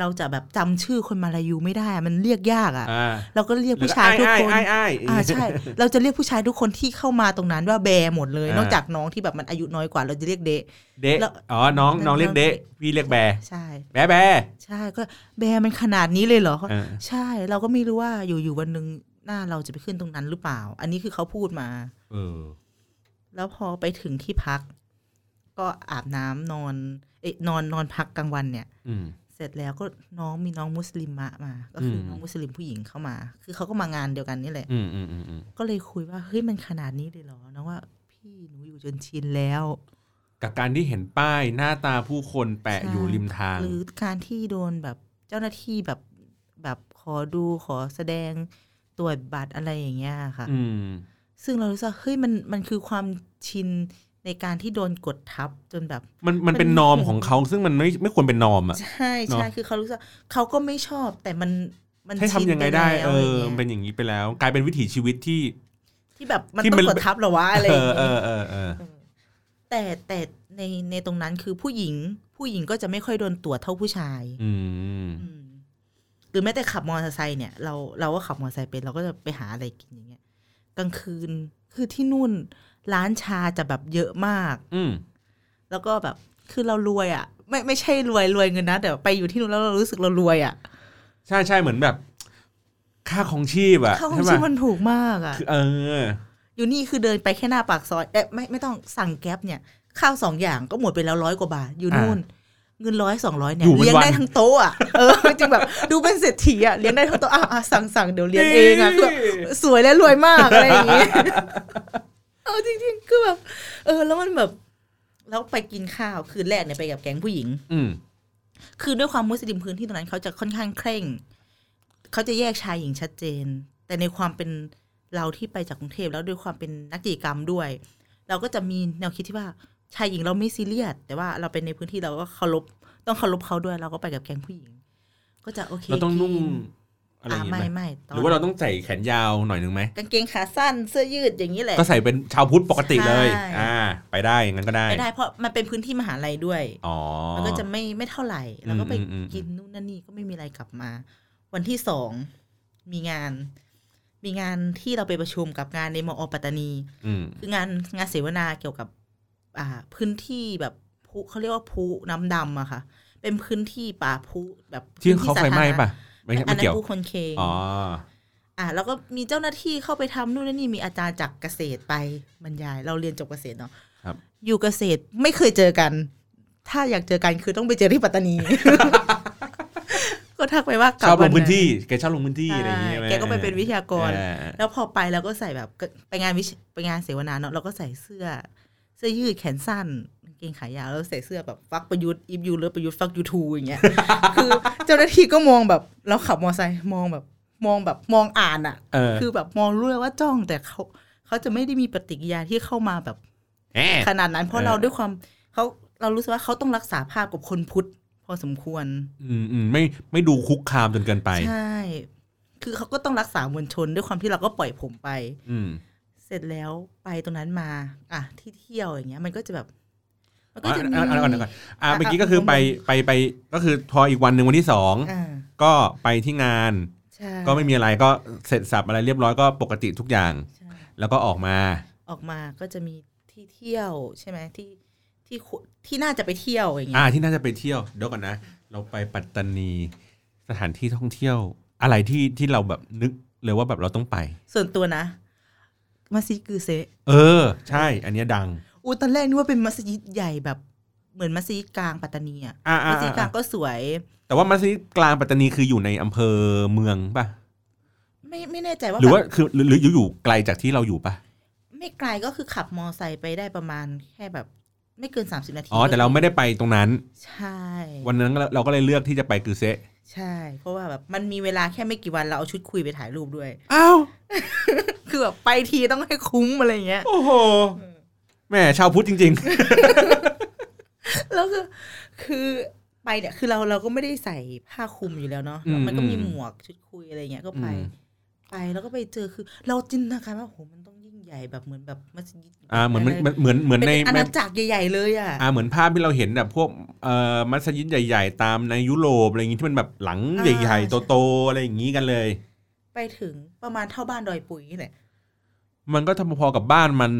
S3: เราจะแบบจำชื่อคนมาลายูไม่ได้อะมันเรียกยากอะ
S2: อ่า
S3: เราก็เรียก
S2: แล้ว
S3: ผู้ชายทุก
S2: อ้
S3: คน
S2: อ้ายอ้าย
S3: อ่า
S2: อ้าย
S3: ใช่ เราจะเรียกผู้ชายทุกคนที่เข้ามาตรงนั้นว่าแบร์หมดเลย
S2: อ่าน
S3: นอกจากน้องที่แบบมันอายุน้อยกว่าเราจะเรียกเดะ
S2: เดะ
S3: แล้ว
S2: อ๋อน้องน้องเรียก
S3: น้อง
S2: เดะพี่เรียกแบร์
S3: ใช่
S2: แบร์แบร์
S3: ใช่ก็แบร์มันขนาดนี้เลยเหรอ
S2: อ่า
S3: ใช่เราก็ไม่รู้ว่าอยู่ๆวันหนึ่งหน้าเราจะไปขึ้นตรงนั้นหรือเปล่า อันนี้คือเขาพูดมา
S2: เออ
S3: แล้วพอไปถึงที่พัก ก็อาบน้ำนอนเอ๊ะนอนนอนพักกลางวันเนี่ย
S2: อืม
S3: เสร็จแล้วก็น้องมีน้องมุสลิมมะมา ก็คืออ
S2: ม
S3: น้องมุสลิมผู้หญิงเข้ามา คือเขาก็มางานเดียวกันนี่แหละ
S2: อืมอืมอืมอืม
S3: ก็เลยคุยว่าเฮ้ยมันขนาดนี้เลยเหรอน้องว่าพี่หนูอยู่จนชินแล้ว
S2: กับการที่เห็นป้ายหน้าตาผู้คนแปะ
S3: ใช่
S2: อยู่ริมทาง
S3: หรือการที่โดนแบบเจ้าหน้าที่แบบแบบขอดูขอแสดงตรวจบัตรอะไรอย่างเงี้ยค่ะ
S2: อืม
S3: ซึ่งเรารู้สึกว่าเฮ้ยมันมันคือความชินในการที่โดนกดทับจนแบบ
S2: มันมันเป็นนอมของเขาซึ่งมันไม่ไม่ควรเป็นนอมอ่ะ
S3: ใช่
S2: เนอะ
S3: ใช่คือเขารู้สึกว่าเขาก็ไม่ชอบแต่มันมัน
S2: ให้
S3: ชิน
S2: ทำยังไงได้
S3: แล้ว
S2: เออ
S3: อะไร
S2: เป็
S3: เงี้
S2: น
S3: ย
S2: อย่างนี้ไปแล้ว กลายเป็นวิถีชีวิตที่
S3: ที่แบบมัน
S2: ที่
S3: ต้อ
S2: มัน
S3: งกดทับเหรอวะอะไรอ
S2: เอย่าง อ
S3: เงี้ย
S2: เออเออเออ
S3: แต่แต่ในในตรงนั้นคือผู้หญิง ผู้หญิงก็จะไม่ค่อยโดนตรวจเท่าผู้ชาย
S2: อืม
S3: อืมหรือแม้แต่ขับมอเตอร์ไซค์เนี่ยเราเราก็ขับมอเตอร์ไซค์เป็นเราก็จะไปหาอะไรกินอย่างเงี้ยกลางคืนคือที่นู่นร้านชาจะแบบเยอะมาก
S2: อืม
S3: แล้วก็แบบคือเรารวยอะ่ะ ไม่ไม่ใช่รวยรวยเงินนะแต่ไปอยู่ที่นู่นแล้วเรารู้สึกเรารวยอะ่ะ
S2: ใช่ใช่เหมือนแบบ ค่าของชีพอะ
S3: ข้าวของ
S2: ใช่ปะ
S3: ชีพมันถูกมากอ่ะ
S2: คือเออ
S3: อยู่นี่คือเดินไปแค่หน้าปากซอยเอ๊ะไม่ไม่ต้องสั่งแก๊ปเนี่ย ข้าวสองอย่างก็หมดไปแล้วร้อยกว่าบาท อยู่นู่น เงินร้อยสองร้อยเนี่ย
S2: อยู่เป็น
S3: เลี้ยงได้
S2: วัน
S3: ทั้งโต๊ะอ่ะเออจริงแบบ ดูเป็นเศรษฐีอ่ะเลี้ยงได้ทั้งโต๊ะอ่ะอ่ะสั่งสั่งเดี๋ยวเลี้ยงเองอ่ะคือแบบสวยและรวยมากอะไรอย่างงี้ เออจริงๆคือแบบเออ แล้วมันแบบแล้วไปกินข้าวคืนแรกเนี่ยไปกับแก๊งผู้หญิง
S2: อืม
S3: คือด้วยความมุสลิมพื้นที่ตรงนั้นเขาจะค่อนข้างเคร่ง เขาจะแยกชายหญิงชัดเจน แต่ในความเป็นเราที่ไปจากกรุงเทพแล้วด้วยความเป็นนักกิจกรรมด้วย เราก็จะมีแนวคิดที่ว่าชายหญิงเราไม่ซีเรียสแต่ว่าเราเป็นในพื้นที่เราก็เคารพต้องเคารพเขาด้วย เราก็ไปกับแก๊งผู้หญิง ก็จะโอเค
S2: เราต้องนุ่ง
S3: กิ
S2: อะไรอย่าง
S3: ไม่
S2: งี้ไหม
S3: ไม่ตน
S2: หรือว่าเราต้องใส่แขนยาวหน่อยนึงไหม
S3: กางเกงขาสั้นเสื้อยืดอย่างนี้แหละ
S2: ก็ใส่เป็นชาวพุทธปกติเลย
S3: ใช่
S2: อ่า ไปได้งั้นก็ได้
S3: ไม่ได้เพราะมันเป็นพื้นที่มหาลัยด้วย
S2: อ๋อ
S3: มันก็จะไม่ไม่เท่าไหร่ แล้วก็ไป
S2: อืมอืมอืม
S3: กินนู่นนั่นนี่ก็ไม่มีอะไรกลับมา วันที่สองมีงาน มีงานที่เราไปประชุมกับงานในมอปัตตานี
S2: อืม
S3: คืองานงานเสวนาเกี่ยวกับ อ่า พื้นที่แบบพุเขาเรียกว่าพุน้ำดำอะค่ะ เป็นพื้นที่ป่าพุแบบ
S2: ที่
S3: พื้น
S2: เขาไฟไหม้ป่ะ ไม่
S3: สาธารณะอั
S2: ไม่
S3: นนั้
S2: เกี่ย
S3: น
S2: ว
S3: พุคนเคง
S2: อ๋อ
S3: อ่า แล้วก็มีเจ้าหน้าที่เข้าไปทำนู่นนั่นนี่มีอาจารย์จากเกษตรไปบรรยาย เราเรียนจบเกษตรเนาะ
S2: ครับ
S3: อยู่เกษตรไม่เคยเจอกัน ถ้าอยากเจอกันคือต้องไปเจอที่ปัตตานี ก็ทักไปว่ากลั
S2: ชอบล
S3: วั
S2: ง
S3: ไห
S2: พื้นที่ แกชอบลงพื้นที่อะไรอย่างงี้
S3: ใช่
S2: ใช่ไหม
S3: แกก็ไปเป็นวิทยากร
S2: อ่า
S3: แล้วพอไปเราก็ใส่แบบไปงานวิชไปงานเสวนาเนาะเราก็ใส่เสื้อ เสื้อยืดแขนสั้นกางเกงขายาวแล้วใส่เสื้อแบบฟักประยุทธ์อิฟยูเลิฟประยุทธ์ฟักยูทูอย่างเงี้ย คือเจ้าหน้าที่ก็มองแบบเราขับมอเตอร์ไซค์มองแบบมองแบบมองอ่านอะ
S2: เออ
S3: คือแบบมองรู้เลยว่าจ้องแต่เขาเขาจะไม่ได้มีปฏิกิริยาที่เข้ามาแบบ
S2: แหม
S3: ขนาดนั้นเพราะ
S2: เออ
S3: เราด้วยความเขาเรารู้สึกว่าเขาต้องรักษาภาพกับคนพุทธพอสมควร
S2: อืมอืมไม่ไม่ดูคุกคามจนเกินไป
S3: ใช่ คือเขาก็ต้องรักษามวลชนด้วยความที่เราก็ปล่อยผมไป
S2: อืม
S3: เสร็จแล้วไปตรงนั้นมา อ่ะที่เที่ยวอย่างเงี้ย มันก็จะแบบ มันก็
S2: อ่ะ
S3: จะมี
S2: อ่ะอ่ะก่อนก่อนก่อนอ่า
S3: อ่ะ
S2: เมื่อกี้
S3: อ่ะ
S2: ก็คือ
S3: ข้างบน
S2: ไปไปไปก็คือพออีกวันหนึ่งวันที่สอง
S3: อ่า
S2: ก็ไปที่งาน
S3: ใช่
S2: ก็ไม่มีอะไรก็เสร็จสับอะไรเรียบร้อยก็ปกติทุกอย่าง
S3: ใช่
S2: แล้วก็ออกมา
S3: ออกมาก็จะมีที่เที่ยวใช่ไหมที่ที่คุที่น่าจะไปเที่ยวอย่างเงี้
S2: อ่าย ที่น่าจะไปเที่ยวเดี๋ยวก่อนนะ เราไปปัตตานีสถานที่ท่องเที่ยว อะไรที่ที่เราแบบนึกเลยว่าแบบเราต้องไป
S3: ส่วนตัวนะมัสยิดกือเซะ
S2: เออ ใช่ อันเนี้ยดัง
S3: อูตอนแรกนึกว่าเป็นมัสยิดใหญ่แบบเหมือนมัสยิดกลางปัตตานีอ่ะ
S2: อ่า
S3: มั
S2: อ่า
S3: สยิดกลางก็สวย
S2: แต่ว่ามัสยิดกลางปัตตานีคืออยู่ในอำเภอเมืองป่ะ
S3: ไม่ไม่แน่ใจว่า
S2: หรือว่า
S3: แบบ
S2: คือหรือหรืออยู่อยู่ไกลจากที่เราอยู่ป่ะ
S3: ไม่ไกลก็คือขับมอไซค์ไปได้ประมาณแค่แบบ ไม่เกิน 30 นาที
S2: อ๋อ แต่เราไม่ได้ไปตรงนั้น
S3: ใช่
S2: วันนั้นเราเราก็เลยเลือกที่จะไปกือเซะ
S3: ใช่ เพราะว่าแบบมันมีเวลาแค่ไม่กี่วันเราเอาชุดคุยไปถ่ายรูปด้วย
S2: อ้าว
S3: คือแบบไปทีต้องให้คุ้มอะไรอย่างเงี้ย
S2: โอ้โหแหม่ชาวพุทธจริง
S3: แล้วคือคือไปเนี่ยคือเราเราก็ไม่ได้ใส่ผ้าคลุมอยู่แล้วเนาะ
S2: อืม
S3: มันก็มี
S2: อืม
S3: หมวกชุดคุยอะไรเงี้ยก็ไป
S2: อืม
S3: ไปแล้วก็ไปเจอคือ เราจินตนาการว่าโหมันต้องยิ่งใหญ่แบบเหมือนแบบมัสยิด
S2: ๆ อ่า เหมือนเหมือนเหมือนเหมือน
S3: เป็น
S2: ใน
S3: อาณาจักรใหญ่ ๆ เลยอ่ะ
S2: อ่าเหมือนภาพที่เราเห็นแบบพวกเอ่อมัสยิดใหญ่ ๆ ตามในยุโรปอะไรอย่างงี้ที่มันแบบหลัง
S3: อ่า
S2: ใหญ่
S3: ใช่
S2: ๆ โต ๆ อะไรอย่างงี้กันเลย
S3: ไปถึงประมาณเท่าบ้านดอยปุ๋ยนี่แหละ
S2: มันก็ทำพอๆกับบ้านมัน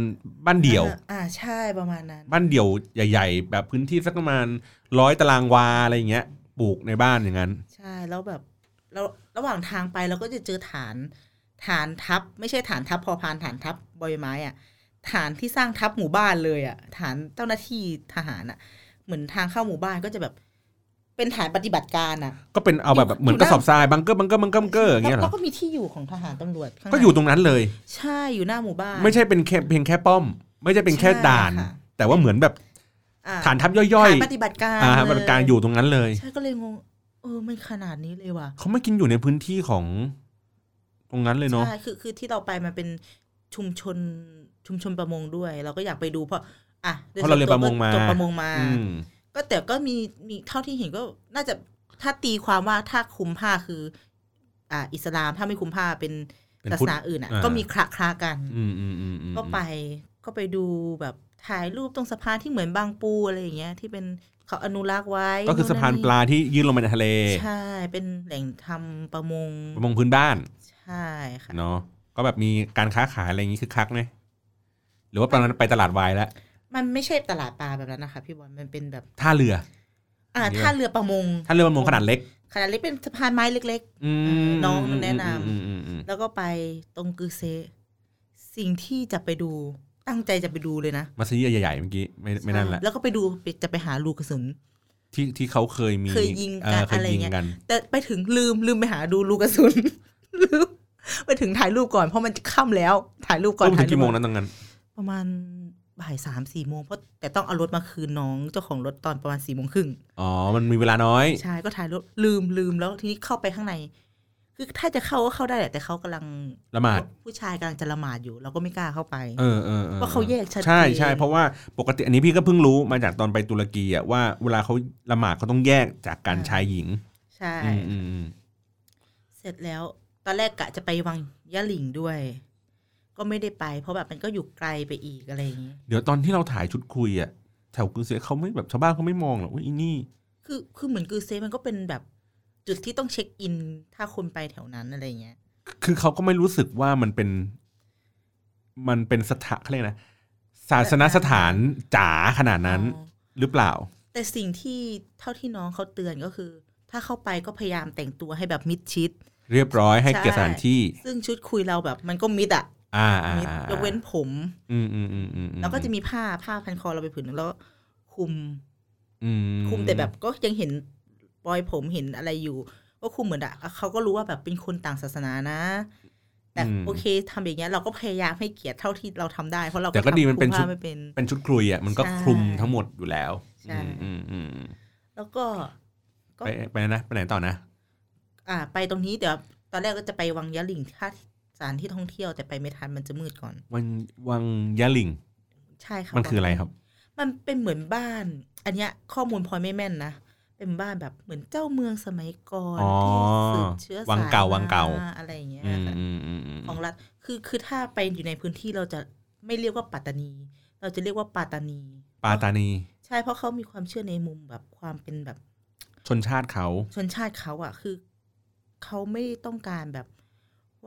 S2: บ้านเดี่ยว
S3: อ่าอ่าใช่ประมาณนั้น
S2: บ้านเดี่ยวใหญ่ ๆ แบบพื้นที่สักประมาณร้อยตารางวาอะไรอย่างเงี้ยปลูกในบ้านอย่างนั้น
S3: ใช่แล้วแบบแล้วระหว่างทางไปเราก็จะเจอฐาน ฐานทับ ไม่ใช่ฐานทับพอพานฐานทับบอยไม้อะฐานที่สร้างทับหมู่บ้านเลยอะฐานเจ้าหน้าที่ทหารอะเหมือนทางเข้าหมู่บ้านก็จะแบบ เป็นฐานปฏิบัติการอะ
S2: ก็เป็นเอาแบบแบบเหมือนกระสอบทรายบังเกอร์บังเกอร์บังเกอร์บังเกอร์อย่างเงี้ยเหร
S3: แล้
S2: อ
S3: วก็มีที่อยู่ของทหารตำรวจข้างใน
S2: ก็อยู่ตรงนั้นเลย
S3: ใช่อยู่หน้าหมู่บ้าน
S2: ไม่ใช่เป็นแค่เพียงแค่ป้อม ไม่ใช่เป็นแค่
S3: ใช่
S2: ด่าน
S3: ค่ะ
S2: แต่ว่าเหมือนแบบ
S3: อ่
S2: ฐานทัพย่อย
S3: ฐานปฏิบัติการ
S2: ๆอ่าบริการอยู่ตรงนั้นเลย
S3: ใช่ก็เลยงงเออมันขนาดนี้เลยว่ะ
S2: เขาไม่กินอยู่ในพื้นที่ของตรงนั้นเลยเนาะ
S3: ใช่ คือ คือ ที่เราไป มัน เป็น ชุมชน ชุมชน ประมง ด้วย เราก็อยากไปดู เพราะ อ่ะ
S2: เพราะเราเรียนประมงมา
S3: จบประมงมา
S2: อืม
S3: ก็ แต่ ก็ มี มี เท่าที่ เห็น ก็ น่าจะ ถ้า ตี ความ ว่า ถ้า คุม ผ้า คือ อ่า อิสลาม ถ้า ไม่ คุม ผ้า เป็น
S2: เป็น
S3: ศา
S2: พุ
S3: ส
S2: ทธ
S3: นา อื่น อ่ะ
S2: อ่า
S3: ก็มีคละคลากัน
S2: อืมอืมอืมอืม
S3: ก็ ไป ก็ ไป ดู แบบ ถ่าย รูป ตรง สะพาน ที่ เหมือน บาง ปู อะไร อย่างเงี้ย ที่ เป็น เขาอนุรักษ์ ไว้
S2: ก็คือสะพานปลาที่ยื่นลงมาในทะเล
S3: ใช่ เป็น แหล่งทำประมง
S2: ประมงพื้นบ้าน
S3: ใช่ค่ะ
S2: เนาะก็แบบมีการค้าขายอะไรอย่างนี้คือคักไหมหรือว่าตอนนั้นไปตลาดวายแล้ว
S3: มันไม่ใช่ตลาดปลาแบบนั้นนะคะพี่บอลมันเป็นแบบ
S2: ท่าเรือ
S3: อ่า
S2: อย่างเงี้ย
S3: ท่าเรือประมง
S2: ท่าเรือประมงขนาดเล็ก
S3: ขนาดเล็กเป็นสะพานไม้เล็ก
S2: อืม
S3: น้องแนะนำ
S2: อืมอืมอืม
S3: ๆ แล้วก็ไปตรงกือเซ สิ่งที่จะไปดูตั้งใจจะไปดูเลยนะ
S2: มัสยิดใหญ่ๆเมื่อกี้ไม่ไม่นั่นละ
S3: ใช่แล้วก็ไปดูไปจะไปหาลูกกระสุน
S2: ที่ที่เขาเคยมี
S3: เคยยิงกัน
S2: เเคย
S3: อะไร
S2: ยิง
S3: เงี้ย
S2: กัน
S3: แต่ไปถึงลืมลืมไปหาดูลูกกระสุน ลืมไปถึงถ่ายรูปก่อนเพราะมันค่ำแล้ว ถ่ายรูปก่อน
S2: ร่วมถึ
S3: ถ่าย
S2: ง
S3: รูป
S2: กี่โมงนั้นตรงนั้น
S3: ประมาณบ่ายสามสี่โมงเพราะแต่ต้องเอารถมาคืนน้องเจ้าของรถตอนประมาณสี่โมงครึ่ง
S2: อ๋อ มันมีเวลาน้อย
S3: ใช่ก็ถ่ายรถลืมลืมแล้วทีนี้เข้าไปข้างใน คือถ้าจะเข้าก็เข้าได้แหละแต่เขากำลัง
S2: ละหมาด
S3: ผู้ชายกำลังจะละหมาดอยู่ เราก็ไม่กล้าเข้าไป
S2: เออเออออ
S3: เพราะเขาแยกชัดเจน
S2: ใช่ใช่เพราะว่าปกติอันนี้พี่ก็เพิ่งรู้มาจากตอนไปตุรกีอะว่าเวลาเขาละหมาดเขาต้องแยกจากการชายหญิง
S3: ใช่
S2: อืมอืมอืม
S3: เสร็จแล้ว ตอนแรกกะจะไปวังยะหลิงด้วย ก็ไม่ได้ไป เพราะแบบมันก็อยู่ไกลไปอีกอะไรอย่างนี้
S2: เดี๋ยวตอนที่เราถ่ายชุดคุยอะแถวกรุงเซียเขาไม่แบบชาวบ้านเขาไม่มองหรอกว่าอีนี่
S3: คือคือเหมือนกือเซฟมันก็เป็นแบบจุดที่ต้องเช็คอิน ถ้าคนไปแถวนั้นอะไรอย่างเงี้ย
S2: คือเขาก็ไม่รู้สึกว่ามันเป็น มันเป็นสถาเขาเรียกนะศาสนสถานจ๋าขนาดนั้น
S3: อ๋อ
S2: หรือเปล่า
S3: แต่สิ่งที่เท่าที่น้องเขาเตือนก็คือ ถ้าเข้าไปก็พยายามแต่งตัวให้แบบมิดชิด
S2: เรียบร้อยให้เกียรติสถานที่
S3: ซึ่งชุดคุยเราแบบมันก็มิดอะ
S2: อ่าอ่า
S3: มิด
S2: อ่าย
S3: กเว้นผม
S2: อืมอืมอืมอืมอื
S3: แล้วก็จะมีผ้าผ้าพันคอเราไปผืนหนึงแล้วก็คลุม
S2: อื
S3: คุมแต่แบบก็ยังเห็นรอยผมเห็นอะไรอยู่ ก็คุมเหมือนอะเขาก็รู้ว่าแบบเป็นคนต่างศาสนานะ แต่โอเคทำอย่างเงี้ยเราก็พยายามให้เกียรติเท่าที่เราทำได้ เพราะเรา
S2: แต่ก็ดีมันเป็น
S3: ทำ
S2: ชุด
S3: คุผ้าไม่เป็น
S2: เป็นชุดคลุยอ่ะมันก็
S3: ใช่
S2: คลุมทั้งหมดอยู่แล้ว
S3: ใช่
S2: อืมอืมอืมอืม
S3: แล้วก็ ก็
S2: ไปไปนะไปไหนต่อนะ
S3: อ่า ไปตรงนี้เดี๋ยวตอนแรกก็จะไปวังยะหลิงท่าสถานที่ท่องเที่ยวแต่ไปไม่ทันมันจะมืดก่อน
S2: วังวังยะหลิง
S3: ใช่ค่ะ
S2: มันคืออะไรครับ
S3: มันเป็นเหมือนบ้าน อันเนี้ยข้อมูลพลอยไม่แม่นนะเป็นบ้านแบบเหมือนเจ้าเมืองสมัยก่อน
S2: อ๋อ
S3: ที่สืบเชื้อสย
S2: วังเก่าวังเก่า
S3: มอะไรอย่างเงี้ย
S2: อืม
S3: ค่ะ
S2: อืมอืมอืม
S3: ของรัฐ คือคือถ้าไปอยู่ในพื้นที่เราจะไม่เรียกว่าปัตตานี เราจะเรียกว่าปาตานี
S2: ปาตานี
S3: ใช่เพราะเขามีความเชื่อในมุมแบบความเป็นแบบ
S2: ชนชาติเขา
S3: ชนชาติเขาอะคือเขาไม่ได้ต้องการแบบ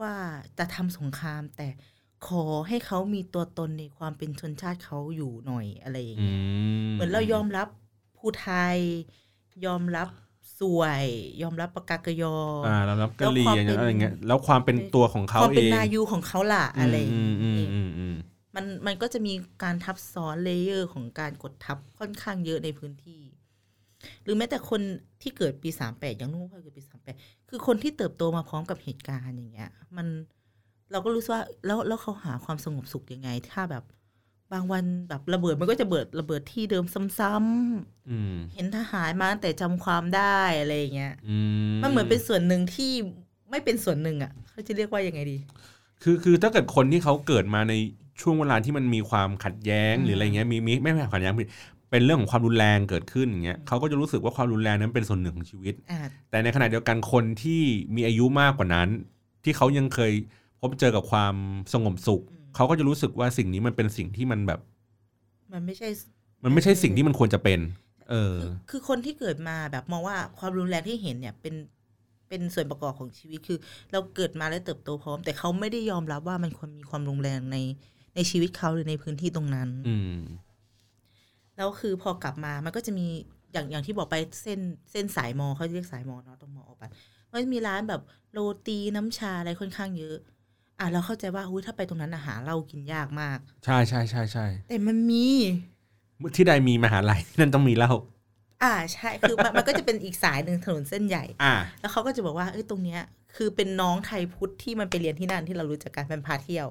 S3: ว่าจะทำสงคราม แต่ขอให้เขามีตัวตนในความเป็นชนชาติเขาอยู่หน่อยอะไรอย่าง
S2: อื
S3: เงี้ย
S2: ม
S3: เหมือนเรายอมรับภูไทย ยอมรับสวย ยอมรับปากากยอ
S2: อ่าเรารับกะเหรียง
S3: แล้วความเป็น
S2: อะไรเงี้ยแล้วความเป็นตัวของเขา
S3: ความ
S2: เอ
S3: เป็น
S2: ง
S3: นายูของเขาล่ะอะไรอย่าง
S2: อืม
S3: เงี้ย
S2: อืมอืมอืม
S3: มันมันก็จะมีการทับซ้อนเลเยอร์ของการกดทับค่อนข้างเยอะในพื้นที่ หรือแม้แต่คนที่เกิดปีสามแปดอย่างนุ่งผ้าเกิดปีสามแปดคือคนที่เติบโตมาพร้อมกับเหตุการณ์อย่างเงี้ย มันเราก็รู้สึกว่าแล้วแล้วเขาหาความสงบสุขยังไง ถ้าแบบบางวันแบบระเบิดมันก็จะเบิดระเบิดที่เดิมซ้ำ
S2: อืม
S3: ๆเห็นทหารมาตั้งแต่จำความได้อะไรอย่างเงี้ย
S2: อืม
S3: มันเหมือนเป็นส่วนหนึ่งที่ไม่เป็นส่วนหนึ่งอ่ะเขาจะเรียกว่ายังไงดี
S2: คือคือถ้าเกิดคนที่เขาเกิดมาในช่วงเวลาที่มันมีความขัดแย้งหรืออะไรเงี้ยมีมีไม่ใช่ขัดแย้งผิดเป็นเรื่องของความรุนแรงเกิดขึ้นอย่างเงี้ยเขาก็จะรู้สึกว่าความรุนแรงนั้นเป็นส่วนหนึ่งของชีวิต
S3: อ่า
S2: แต่ในขณะเดียวกันคนที่มีอายุมากกว่านั้น ที่เขายังเคยพบเจอกับความสงบสุข
S3: อืม
S2: เขาก็จะรู้สึกว่าสิ่งนี้มันเป็นสิ่งที่มันแบบ
S3: มันไม่ใช่
S2: มันไม่ใช่สิ่งที่มันควรจะเป็น เออ
S3: คือคือคนที่เกิดมาแบบมองว่าความรุนแรงที่เห็นเนี่ยเป็นเป็นส่วนประกอบของชีวิตคือ เราเกิดมาและเติบโตพร้อม แต่เขาไม่ได้ยอมรับว่ามันควรมีความรุนแรงในในชีวิตเขาหรือในพื้นที่ตรงนั้น
S2: อืม
S3: แล้วคือพอกลับมามันก็จะมีอย่างอย่างที่บอกไปเส้นเส้นสายมอเขาเรียกสายมอเนาะตรงมอออกปัดมันจะมีร้านแบบโรตีน้ำชาอะไรค่อนข้างเยอะ อ่ะเราเข้าใจว่าอุ้ยถ้าไปตรงนั้นอาหารเรากินยากมาก
S2: ใช่ใช่ใช่ใช่
S3: แต่มันมี
S2: ที่ใดมีมหาลัย นั่นต้องมีเหล้า
S3: อ่าใช่คือมันมันก็จะเป็นอีกสายหนึ่งถนนเส้นใหญ่
S2: อ่า
S3: แล้วเขาก็จะบอกว่าเอ้ยตรงเนี้ยคือเป็นน้องไทยพุทธที่มันไปเรียนที่นั่นที่เรารู้จักกันมันพาเที่ยว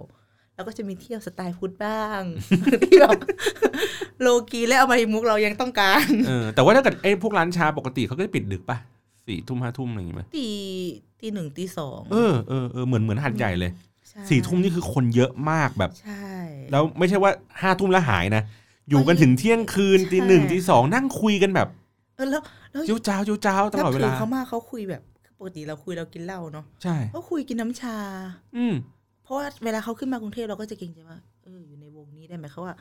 S3: แล้วก็จะมีเที่ยวสไตล์พุทธบ้าง ที่แบบโลกีและเอามามุกเรายังต้องการ
S2: เออ แต่ว่าถ้าเกิดไอ้พวกร้านชาปกติเขาก็จะปิดดึกป่ะสี่ทุ่มห้าทุ่มอะไรอย่างงี้ไหม
S3: ตีตีหนึ่งตีสอง
S2: เออเออเออเหมือนเหมือนหัดใหญ่เลย
S3: ใช่
S2: สี่ทุ่มนี่คือคนเยอะมากแบบ
S3: ใช่
S2: แล้วไม่ใช่ว่าห้าทุ่มแล้วหายนะ อยู่กันถึงเที่ยงคืนตีหนึ่งตีสองนั่งคุยกันแบบ
S3: เออแล้วแล้ว
S2: เจ้าเจ้าเจ้าเจ้าตล
S3: นั
S2: อด
S3: บ
S2: เว
S3: ถือ
S2: ลา
S3: เขามากเขาคุยแบบคือปกติเราคุยเรากินเหล้าเนาะ
S2: ใช่
S3: เขาคุยกินน้ำชา
S2: อืม
S3: เพราะว่าเวลาเขาขึ้นมากรุงเทพเราก็จะเกรงใจว่าเอออยู่ในวงนี้ได้ไหมเขาว่า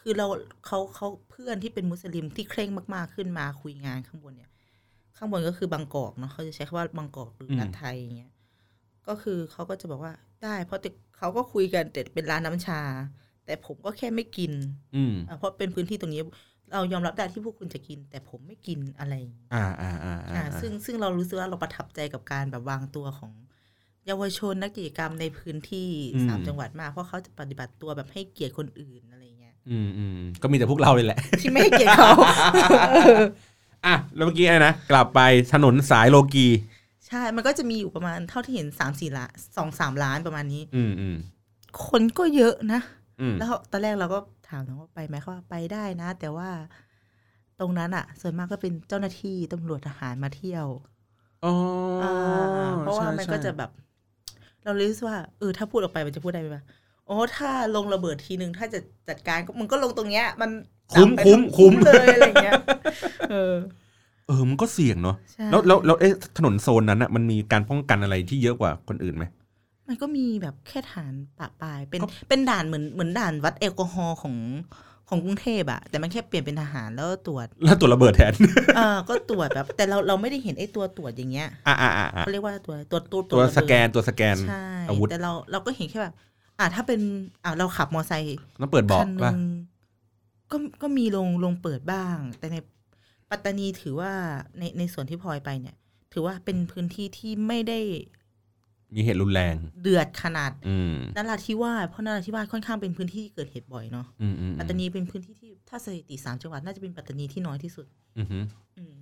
S3: คือเราเขาเขาเพื่อนที่เป็นมุสลิมที่เคร่งมากๆขึ้นมาคุยงานข้างบนเนี่ย ข้างบนก็คือบางกอกเนาะเขาจะใช้คำว่าบางกอกหรือ
S2: ม
S3: รัฐไทยอย่างเงี้ยก็คือเขาก็จะบอกว่าได้เพราะแต่เขาก็คุยกันแต่เป็นร้านน้ำชา แต่ผมก็แค่ไม่กิน
S2: อืม
S3: อ่ะเพราะเป็นพื้นที่ตรงนี้ เรายอมรับได้ที่พวกคุณจะกิน แต่ผมไม่กินอะไรอย่างเงี้ย
S2: อ่าอ่าอ่าอ่า
S3: อ่าซึ่งซึ่งเรารู้สึกว่าเราประทับใจกับการแบบวางตัวของเยาวชนนักกิจกรรมในพื้นที่สามจังหวัดมากเพราะเขาจะปฏิบัติตัวแบบให้เกียรติคนอื่นอะไรเงี้ย
S2: อืมอืมก็มีแต่พวกเราเลย แหละ
S3: ที่ไม่ให้เกียรติเขา
S2: อ่ะ แล้วเมื่อกี้อะไรนะ กลับไปถนนสายโลกี
S3: ใช่ มันก็จะมีอยู่ประมาณเท่าที่เห็นสามสี่ล้านสองสามล้านประมาณนี้
S2: อืมอืม
S3: คนก็เยอะนะ
S2: อืม
S3: แล้วเขาตอนแรกเราก็ถามน้องว่าไปไหมเขาว่าไปได้นะ แต่ว่าตรงนั้นอ่ะ ส่วนมากก็เป็นเจ้าหน้าที่ตำรวจทหารมาเที่ยว
S2: อ๋อา
S3: เพราะว่า
S2: ใช่
S3: มันก็
S2: ใช่
S3: จะแบบ เรารู้สึกว่าเออถ้าพูดออกไปมันจะพูดได้ไหมวะโอ้ถ้าลงระเบิดทีหนึ่งถ้าจะจัดการก็มันก็ลงตรงเนี้ย มัน
S2: คุ้ม
S3: ต่ำไป
S2: คุ้มคุ้ม
S3: เลยอะไรเงี้ยเออ
S2: เออมันก็เสี่ยงเนาะ
S3: ใช่
S2: แล้วแล้วแล้วเอ๊ะถนนโซนนั้นอะมันมีการป้องกันอะไรที่เยอะกว่าคนอื่นไหม
S3: มันก็มีแบบแค่ฐานปะปายเป็น
S2: ก็
S3: เป็นด่านเหมือนเหมือนด่านวัดแอลกอฮอล์ของของกรุงเทพอะแต่มันแค่เปลี่ยนเป็นทหารแล้วตร วจ
S2: แล้วตัวระเบิดแทน
S3: เออก็ตรวจแบบ แต่เราเราไม่ได้เห็นไอ้ตัวตรวจอย่างเงี้ย
S2: อ่าอ่าอ่า
S3: เขาเรียกว่าตัวตัวตรวจ
S2: ตัวสแกนตัวสแกน
S3: ใช่
S2: อาวุธ
S3: แต่เราเราก็เห็นแค่แบบอ่าถ้าเป็นอ่าเราขับมอไซค์
S2: ต้องเปิดเบาะ
S3: คันห
S2: ป่ะ
S3: นึ่งก็ก็มีลงลงเปิดบ้าง แต่ในปัตตานีถือว่าในในส่วนที่พลอยไปเนี่ย ถือว่าเป็นพื้นที่ที่ไม่ได้
S2: มีเหตุรุนแรง
S3: เดือดขนาด
S2: อืม
S3: นราธิวาสเพราะนราธิวาสค่อนข้างเป็นพื้นที่เกิดเหตุบ่อยเนาะ
S2: อืมอืม
S3: ปัตตานีเป็นพื้นที่ที่ถ้าสถิติสามจังหวัดน่าจะเป็นปัตตานีที่น้อยที่สุด
S2: อืมฮึ
S3: อืม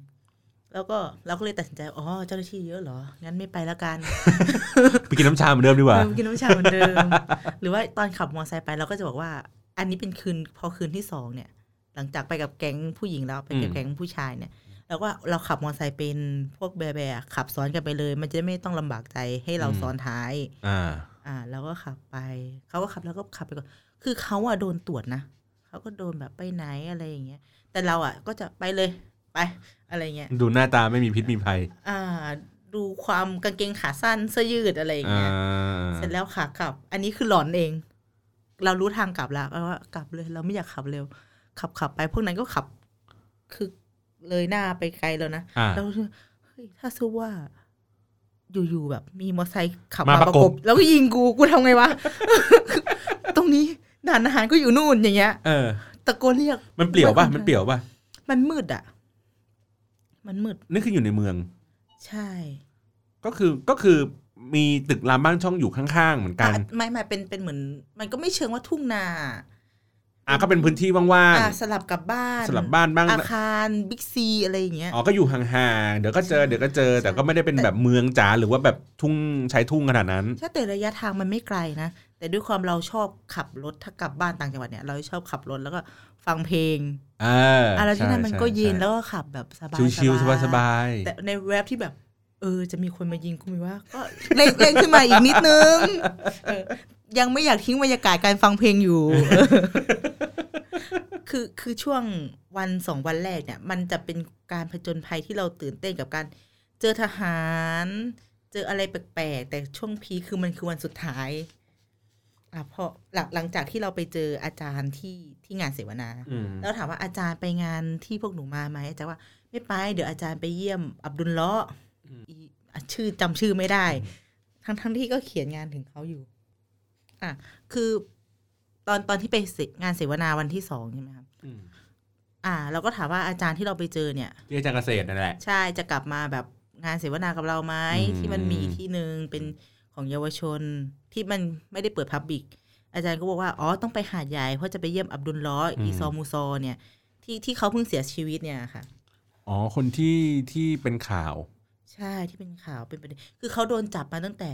S3: แล้วก็เราก็เลยตัดสินใจ อ๋อ เจ้าหน้าที่เยอะเหรอ งั้นไม่ไปแล้วกัน
S2: ไปกินน้ำชาเหมือนเดิมดีกว่า
S3: เออกินน้ำชาเหมือนเดิม หรือว่าตอนขับมอเตอร์ไซค์ไปเราก็จะบอกว่า อันนี้เป็นคืนพอคืนที่สองเนี่ย หลังจากไปกับแก๊งผู้หญิงแล้วไปกับ
S2: อืม
S3: แก๊งผู้ชายเนี่ย แล้วก็เราขับมอเตอร์ไซค์เป็นพวกแบะแบะขับซ้อนกันไปเลย มันจะไม่ต้องลำบากใจให้เราซ้อนท้าย
S2: อ่า
S3: อ่าเราก็ขับไป เขาก็ขับแล้วก็ขับไปก่อน คือเขาอ่ะโดนตรวจนะเขาก็โดนแบบไปไหนอะไรอย่างเงี้ย แต่เราอ่ะก็จะไปเลยไปอะไรอย่างเงี้ย
S2: ดูหน้าตาไม่มีพิษมีภัย
S3: อ่าดูความกางเกงขาสั้นเสื้อยืดอะไรอย่าง
S2: อ่า
S3: เงี้ย เสร็จแล้วขากลับ อันนี้คือหลอนเอง เรารู้ทางกลับแล้วเอาว่ากลับเลย เราไม่อยากขับเร็ว ขับขับไปพวกนั้นก็ขับ คือเลยหน้าไปไกลแล้วนะ
S2: อ่า
S3: เราก็คิดว่าเฮ้ยถ้าซูว่า อยู่ๆแบบ มีมอเตอร์ไซค์ขับ
S2: มา
S3: มา
S2: ป
S3: ประ ระ
S2: ก
S3: ก
S2: บ
S3: บ แล้วก็ยิงกูกูทำไงวะ ตรงนี้ด่านอาหารก็อยู่นู่นอย่างเงี้ย
S2: เออ
S3: ตะโกนเรียก
S2: มันเปลี่ยวป่ะ มันเปลี่ยวป่ะ
S3: มันมืดอ่ะ มันมืด
S2: นี่คืออยู่ในเมือง
S3: ใช่
S2: ก็คือ ก็คือมีตึกรามบ้านช่องอยู่ข้างๆ เหมือนกัน
S3: อ่ะไม่ไม่เป็นเป็นเหมือน มันก็ไม่เชิงว่าทุ่งนา
S2: อ่าก็เป็นพื้นที่ว่าง
S3: อ่ะสลับกับบ้าน
S2: ๆ สลับบ้านบ้าง
S3: อาคารบิ๊กซีอะไรอย่างเงี้ย
S2: อ๋อ ก็อยู่ห่างๆ เดี๋ยวก็เจอ เดี๋ยวก็เจอ แต่ก็ไม่ได้เป็นแบบเมืองจ๋า หรือว่าแบบทุ่งชายทุ่งขนาดนั้น
S3: ถ้าแต่ระยะทางมันไม่ไกลนะ แต่ด้วยความเราชอบขับรถถ้ากลับบ้านต่างจังหวัดเนี่ย เราชอบขับรถแล้วก็ฟังเพลง
S2: เอออ
S3: อะไรที่นั่น
S2: ใช่
S3: มันก็เย็น
S2: ใช่
S3: แล้วก็ขับแบบสบาย
S2: ชิวๆ สบาย
S3: ๆ
S2: ๆ
S3: แต่ในแวบที่แบบ เออ จะมีคนมายิงกูมีว่า ก็เร่งเร่งขึ้นมาอีกนิดนึงเออยังไม่อยากทิ้งบรรยากาศการฟังเพลง อยู่ คือคือช่วงวันสองวันแรกเนี่ย มันจะเป็นการผจญภัยที่เราตื่นเต้นกับการ เจอทหาร เจออะไรแปลกๆ แต่ช่วงพีคคือมันคือวันสุดท้ายอ่ะพอหลังหลังจากที่เราไปเจออาจารย์ที่ที่งานเสวนา
S2: อืม
S3: แล้วถามว่าอาจารย์ไปงานที่พวกหนูมาไหมอาจารย์ว่าไม่ไป เดี๋ยวอาจารย์ไปเยี่ยมอับดุลเลาะห์อีอ่ะชื่อจำชื่อไม่ได้ ทั้งทั้งที่ก็เขียนงานถึงเขาอยู่ อ่ะ คือตอนตอนที่ไปเสงานเสวนาวันที่สองใช่ไหมครับ
S2: อืม
S3: อ่า เราก็ถามว่าอาจารย์ที่เราไปเจอเนี่ย
S2: ที่อาจารย์เกษตรนั่นแหละ
S3: ใช่จะกลับมาแบบงานเสวนากับเราไหม
S2: อืม
S3: ที่มันมีอีกที่หนึ่งเป็นของเยาวชนที่มันไม่ได้เปิดพับบิกอาจารย์ก็บอกว่าอ๋อต้องไปหาดใหญ่เพราะจะไปเยี่ยมอับดุลล้อฮ์อีซอมูซอเนี่ย ที่ที่เขาเพิ่งเสียชีวิตเนี่ยค่ะ
S2: อ๋อ คนที่ที่เป็นข่าว
S3: ใช่ที่เป็นข่าวเป็นประเด็นคือเขาโดนจับมาตั้งแต่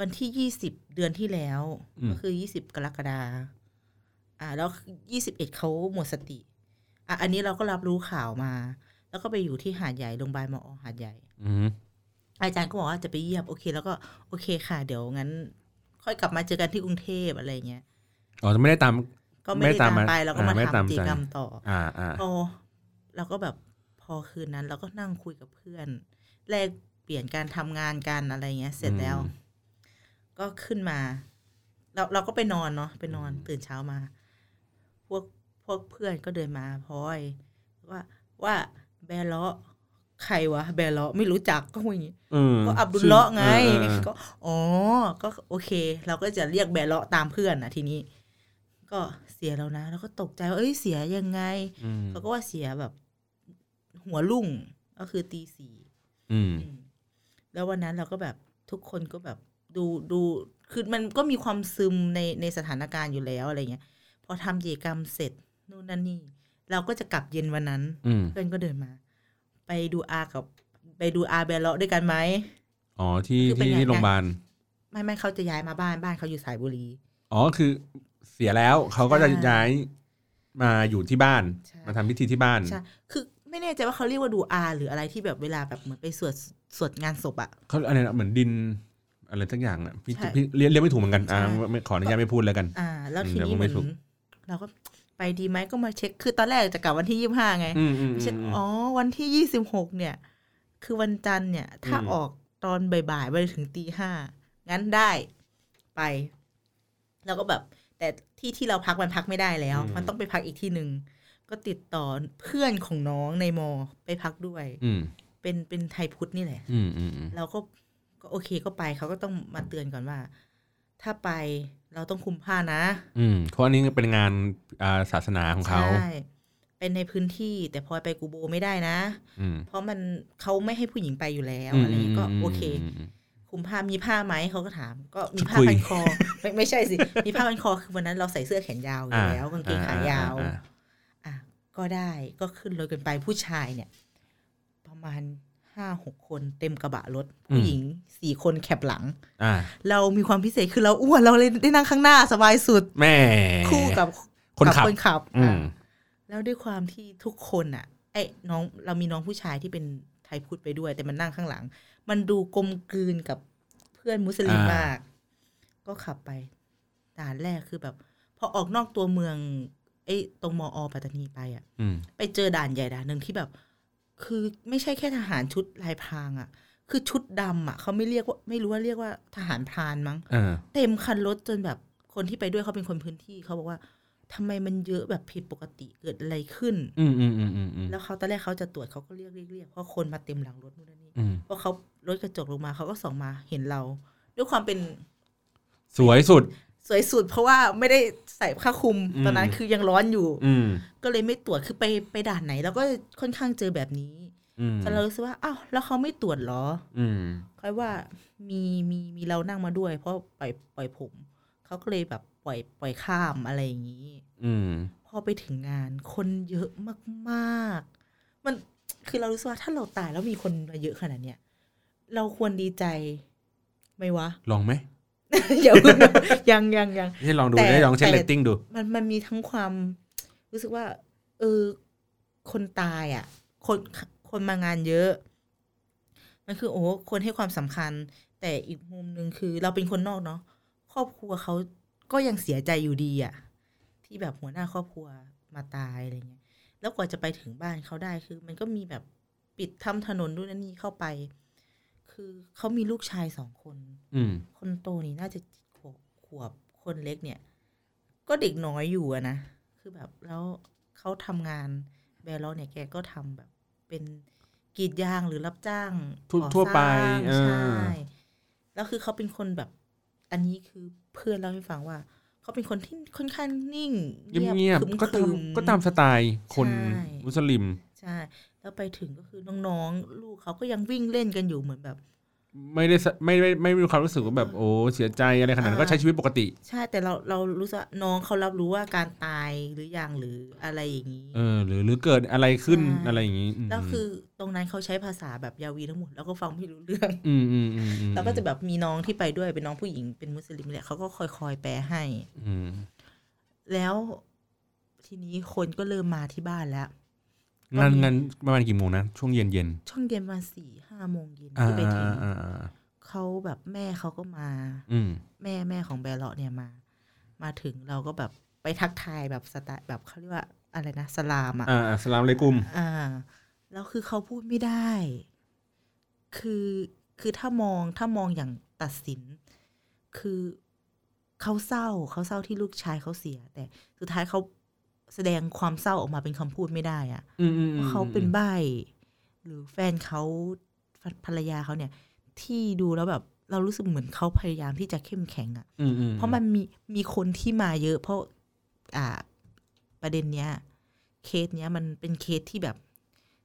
S3: วันที่ยี่สิบเดือนที่แล้ว
S2: อืม
S3: ก็คือยี่สิบกรกฎาอ่า แล้วยี่สิบเอ็ดเขาหมดสติ อ่ะอันนี้เราก็รับรู้ข่าวมา แล้วก็ไปอยู่ที่หาดใหญ่โรงพยาบาลมอหาดใหญ่
S2: อืม
S3: อาจารย์ก็บอกว่าจะไปเยี่ยมโอเค แล้วก็โอเคค่ะ เดี๋ยวงั้น ค่อยกลับมาเจอกันที่กรุงเทพอะไรเงี้ย
S2: อ๋อจะไม่ได้ตาม
S3: ก็ไม่
S2: ไม่
S3: ได้
S2: ตา
S3: ตาม ม
S2: มา
S3: ไปเราก็
S2: อ่า
S3: มา
S2: ไม่ตาม
S3: ทำกิจ
S2: ใจ
S3: กรรมต่อ
S2: อ่าอ่า
S3: โอเราก็แบบพอคืนนั้น เราก็นั่งคุยกับเพื่อน แลกเปลี่ยนการทำงานกันอะไรเงี้ย เสร็จแล้ว ก็ขึ้นมา เราเราก็ไปนอนเนาะไปนอนตื่นเช้ามา พวกพวกเพื่อนก็เดินมาพลอย ว่าว่าแบร์เลาะใครวะแบร์เลาะไม่รู้จักก็ว่าอย่างงี้
S2: เออ
S3: ก็อับดุลเลาะห์ไง
S2: เออเออ
S3: ก็อ๋อ ก็โอเค เราก็จะเรียกแบร์เลาะห์ตามเพื่อนนะทีนี้ ก็เสียแล้วนะ แล้วก็ตกใจว่าเอ้ยเสียยังไง
S2: อืม
S3: เขาก็ว่าเสียแบบ หัวลุ่งก็คือตีสี่
S2: อืม
S3: อืมแล้ววันนั้นเราก็แบบทุกคนก็แบบดูดูคือมันก็มีความซึมในในสถานการณ์อยู่แล้วอะไรเงี้ย พอทำกิจกรรมเสร็จนู่นนั่นนี่ เราก็จะกลับเย็นวันนั้น
S2: อืม
S3: เพื่อนก็เดินมา ไปดูอากับ ไปดูอาแบร์เลาะห์ด้วยกันไหม
S2: อ๋อที่
S3: คือเป็น
S2: ที่
S3: ไง
S2: ที่โรงพยาบาล
S3: ไม่ไม่เขาจะย้ายมาบ้านบ้านเขาอยู่สายบุรี
S2: อ๋อคือ เสียแล้วเขาก็จะ
S3: ใช่
S2: ย้ายมาอยู่ที่บ้าน
S3: ใช่
S2: มาทำพิธีที่บ้าน
S3: ใช่คือไม่แน่ใจว่าเขาเรียกว่าดูอา หรืออะไรที่แบบเวลาแบบเหมือนไปสวดสวดงานศพอะ
S2: เขาอะไรนะเหมือนดินอะไรสักอย่างอ่ะพี่
S3: ใช่
S2: พี่เรียกเรียกไม่ถูกเหมือนกันอ่า
S3: ใช่
S2: ไม่ขออนุญาตไม่พูดแล้วกัน
S3: อ่า แล้ว
S2: อืม
S3: ทีนี้
S2: เดี๋ยวก็
S3: เห
S2: ไม่
S3: มือน
S2: ถูก
S3: เราก็ไปดีไหมก็มาเช็ค คือตอนแรกจะกลับวันที่ยี่ห้าไง
S2: อืมอืมอืม
S3: เช็คอ๋อ วันที่ยี่สิบหกเนี่ย คือวันจันทร์เนี่ย ถ้า
S2: อืม
S3: ออกตอนบ่ายๆไปถึงตีห้างั้นได้ไป แล้วก็แบบ แต่ที่ที่เราพักมันพักไม่ได้แล้ว มันต้องไปพักอีกที่หนึ่งก็ติดต่อเพื่อนของน้องในมอไปพักด้วย
S2: อืม
S3: เป็นเป็นไทยพุทธนี่แหละ
S2: อืมอืมอืม
S3: เราก็ก็โอเคก็ไปเขาก็ต้องมาเตือนก่อนว่า ถ้าไปเราต้องคุมผ้านะ
S2: อืมเพราะอันนี้เป็นงานอ่าศาสนาของเขา
S3: ใช่เป็นในพื้นที่แต่พลอยไปกูโบไม่ได้นะ
S2: อืม
S3: เพราะมันเขาไม่ให้ผู้หญิงไปอยู่แล้วอะไรอย่างเงี้ยก็โอเค
S2: มม
S3: คุมผ้ามีผ้าไหมเขาก็ถาม ก็มีผ้า
S2: คุย
S3: พันคอ ไม่ไม่ใช่สิ มีผ้าพันคอคือวันนั้นเราใส่เสื้อแขนยาวอ
S2: อ่
S3: ยู่แล้วกางเกงขายาว
S2: อ่อ่อ่
S3: อ่ะก็ได้ก็ขึ้นรถกันไปผู้ชายเนี่ย ประมาณห้าหกคนเต็มกระบะรถผู้หญิงสี่คนแคบหลัง
S2: อ่า
S3: เรามีความพิเศษคือเราอ้วนเราเลยได้นั่งข้างหน้าสบายสุด
S2: แม่
S3: คู่กับ
S2: คนขับ
S3: คนขับ
S2: อืม
S3: อ่ะแล้วด้วยความที่ทุกคนอ่ะไอ้น้องเรามีน้องผู้ชายที่เป็นไทยพูดไปด้วย แต่มันนั่งข้างหลัง มันดูกลมกลืนกับเพื่อนมุสลิมมาก ก็ขับไปด่านแรกคือแบบ พอออกนอกตัวเมืองไอ้ตรงมออปัตตานีไปอ่ะ
S2: อืม
S3: ไปเจอด่านใหญ่ด่านหนึ่งที่แบบ คือไม่ใช่แค่ทหารชุดลายพรางอ่ะ คือชุดดำอ่ะเขาไม่เรียกว่าไม่รู้ว่าเรียกว่าทหารพรานมั้ง
S2: อ่า
S3: เต็มคันรถจนแบบคนที่ไปด้วยเขาเป็นคนพื้นที่เขาบอกว่าทำไมมันเยอะแบบผิดปกติเกิดอะไรขึ้น
S2: อืมอืมอืมอืมอืม
S3: แล้วเขาตอนแรกเขาจะตรวจเขาก็เรียกเรียกเรียกเพราะคนมาเต็มหลังรถนู่นนั่นนี่
S2: อืม
S3: พอเขารถกระจกลงมาเขาก็ส่องมาเห็นเรา ด้วยความเป็น
S2: สวยสุด
S3: สวยสุด เพราะว่าไม่ได้ใส่ผ้าคลุมตอนนั้น
S2: อืม
S3: คือยังร้อนอยู่
S2: อืม
S3: ก็เลยไม่ตรวจคือไปไปด่านไหน แล้วก็ค่อนข้างเจอแบบนี้
S2: อืม
S3: จนเรารู้สึกว่าอ้าวแล้วเขาไม่ตรวจเหรอ
S2: อืม
S3: ค่อยว่ามีมีมีเรานั่งมาด้วย เพราะปล่อยปล่อยผมเขาก็เลยแบบปล่อยปล่อยข้ามอะไรอย่างนี้
S2: อืม
S3: พอไปถึงงานคนเยอะมากๆ มันคือเรารู้สึกว่าถ้าเราตายแล้วมีคนมาเยอะขนาดเนี้ยเราควรดีใจไหมวะ
S2: ลองไหม
S3: อย่าเพิ่งนะยังยังยัง
S2: ให้ลองดู
S3: แต่
S2: ได้ลองเช็ค
S3: แต่
S2: เรตติ้งดู
S3: มันมันมีทั้งความ รู้สึกว่า เออ คนตายอ่ะ คนคนมางานเยอะ มันคือ โอ้โหคนให้ความสำคัญ แต่อีกมุมหนึ่งคือ เราเป็นคนนอกเนาะครอบครัวเขาก็ยังเสียใจอยู่ดีอ่ะ ที่แบบหัวหน้าครอบครัวมาตายอะไรเงี้ยแล้วกว่าจะไปถึงบ้านเขาได้คือ มันก็มีแบบปิดทำถนนด้วยนั่นนี่เข้าไป คือเขามีลูกชายสองคน
S2: อืม
S3: คนโตนี่น่าจะขวบขวบคนเล็กเนี่ย ก็เด็กน้อยอยู่อะนะ คือแบบแล้วเขาทำงานแบร์ล็อกเนี่ยแกก็ทำแบบ เป็นกรีดยางหรือรับจ้าง
S2: ทั่วทั่วไป
S3: ก่อสร้าง
S2: เออ
S3: ใช่ แล้วคือเขาเป็นคนแบบ อันนี้คือเพื่อนเล่าให้ฟังว่า เขาเป็นคนที่ค่อนข้างนิ่ง
S2: เงียบ
S3: ขรึม
S2: ๆก็ตาม
S3: ๆ
S2: ก็ตามสไตล์คน
S3: ใช่
S2: มุสลิม
S3: ใช่ แล้วไปถึงก็คือน้องๆ ลูกเขาก็ยังวิ่งเล่นกันอยู่เหมือนแบบ
S2: ไม่ได้สไม่ไม่ไม่มีความรู้สึกว่าแบบโอ้เสียใจอะไรขนาดนั้น
S3: อ่า
S2: ก็ใช้ชีวิตปกติ
S3: ใช่แต่เราเรารู้สึกว่าน้องเขารับรู้ว่าการตายหรือยังหรืออะไรอย่างนี้
S2: เออ หรือหรือเกิดอะไรขึ้น
S3: ใช่
S2: อะไรอย่างนี้ม
S3: แล้วคือตรงนั้นเขาใช้ภาษาแบบยาวีทั้งหมดแล้วก็ฟังไม่รู้เรื่อง
S2: อืมอืมอืมอืม
S3: แล้วก็จะแบบมีน้องที่ไปด้วยเป็นน้องผู้หญิงเป็นมุสลิมแหละเขาก็คอยคอยๆแปลให้
S2: อืม
S3: แล้วทีนี้คนก็เริ่มมาที่บ้านแล้ว
S2: งาน
S3: ก็มี
S2: งานประมาณกี่โมงนะ ช่วงเย็นเย็น
S3: ช่วงเย็นประมาณสี่ห้าโมงเย็น
S2: อ่า
S3: ที่ไปถึง
S2: อ่าอ่าอ่า
S3: เขาแบบแม่เขาก็มา
S2: อืม
S3: แม่แม่ของแบร์เลาะเนี่ยมา มาถึงเราก็แบบไปทักทายแบบสไตล์แบบเขาเรียกว่าอะไรนะสลามอ่ะ
S2: อ่าสลามเลยกุม
S3: อ่าแล้วคือเขาพูดไม่ได้ คือคือถ้ามองถ้ามองอย่างตัดสิน คือเขาเศร้าเขาเศร้าที่ลูกชายเขาเสีย แต่สุดท้ายเขาแสดงความเศร้าออกมาเป็นคำพูดไม่ได้อะ
S2: อืมอืมอืม
S3: ว่าเขาเป็นใบ้หรือแฟนเขาภรภรรยาเขาเนี่ย ที่ดูแล้วแบบเรารู้สึกเหมือนเขาพยายามที่จะเข้มแข็งอะ
S2: อืมอืม
S3: เพราะมันมีมีคนที่มาเยอะ เพราะอ่า ประเด็นเนี้ย เคสเนี้ยมันเป็นเคสที่แบบ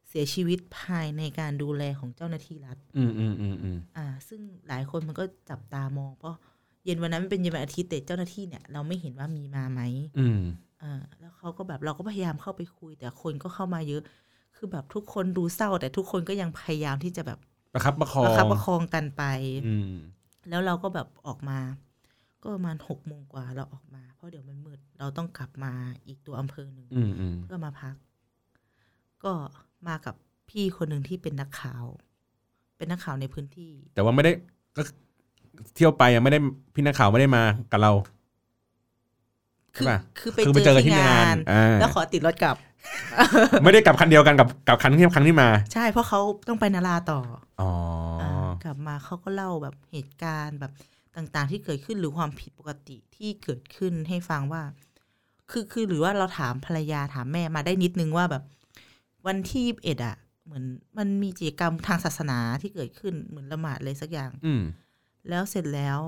S3: เสียชีวิตภายในการดูแลของเจ้าหน้าที่รัฐ
S2: อืมอืมอืมอืม
S3: อ่า ซึ่งหลายคนมันก็จับตามอง เพราะเย็นวันนั้นมันเป็นเย็นวันอาทิตย์แต่เจ้าหน้าที่เนี่ย เราไม่เห็นว่ามีมาไหม
S2: อืม
S3: อ่าแล้วเขาก็แบบเราก็พยายามเข้าไปคุย แต่คนก็เข้ามาเยอะ คือแบบทุกคนดูเศร้า แต่ทุกคนก็ยังพยายามที่จะแบบ
S2: ประคับประคอ
S3: ประ
S2: ง
S3: คับประคองกันไป
S2: อืม
S3: แล้วเราก็แบบออกมา ก็ประมาณหกโมงกว่าเราออกมา เพราะเดี๋ยวมันมืด เราต้องกลับมาอีกตัวอำเภอหนึ่ง
S2: อืมอืม
S3: เพื่อมาพัก ก็มากับพี่คนหนึ่งที่เป็นนักข่าว เป็นนักข่าวในพื้นที่
S2: แต่ว่าไม่ได้ก็เที่ยวไปอ่ะไม่ได้พี่นักข่าวไม่ได้มากับเรา ใช่
S3: คือ
S2: ปะ
S3: คือไป
S2: คือ
S3: เจอที่งาน
S2: อ่า
S3: แล้วขอติดรถกลับ
S2: ไม่ได้กลับคันเดียวกันกับกับคันที่ครั้งที่มา
S3: ใช่เพราะเขาต้องไปนาราต่อ
S2: อ๋ออา
S3: กลับมาเขาก็เล่าแบบเหตุการณ์แบบต่างๆ ที่เกิดขึ้นหรือความผิดปกติที่เกิดขึ้นให้ฟังว่า คือคือหรือว่าเราถามภรรยาถามแม่มาได้นิดนึงว่าแบบ วันที่ยีิบเอ็ดอ่ะ เหมือนมันมีกิจกรรมทางศาสนาที่เกิดขึ้นเหมือนละหมาดเลยสักอย่าง
S2: อืม
S3: แล้วเสร็จแล้ว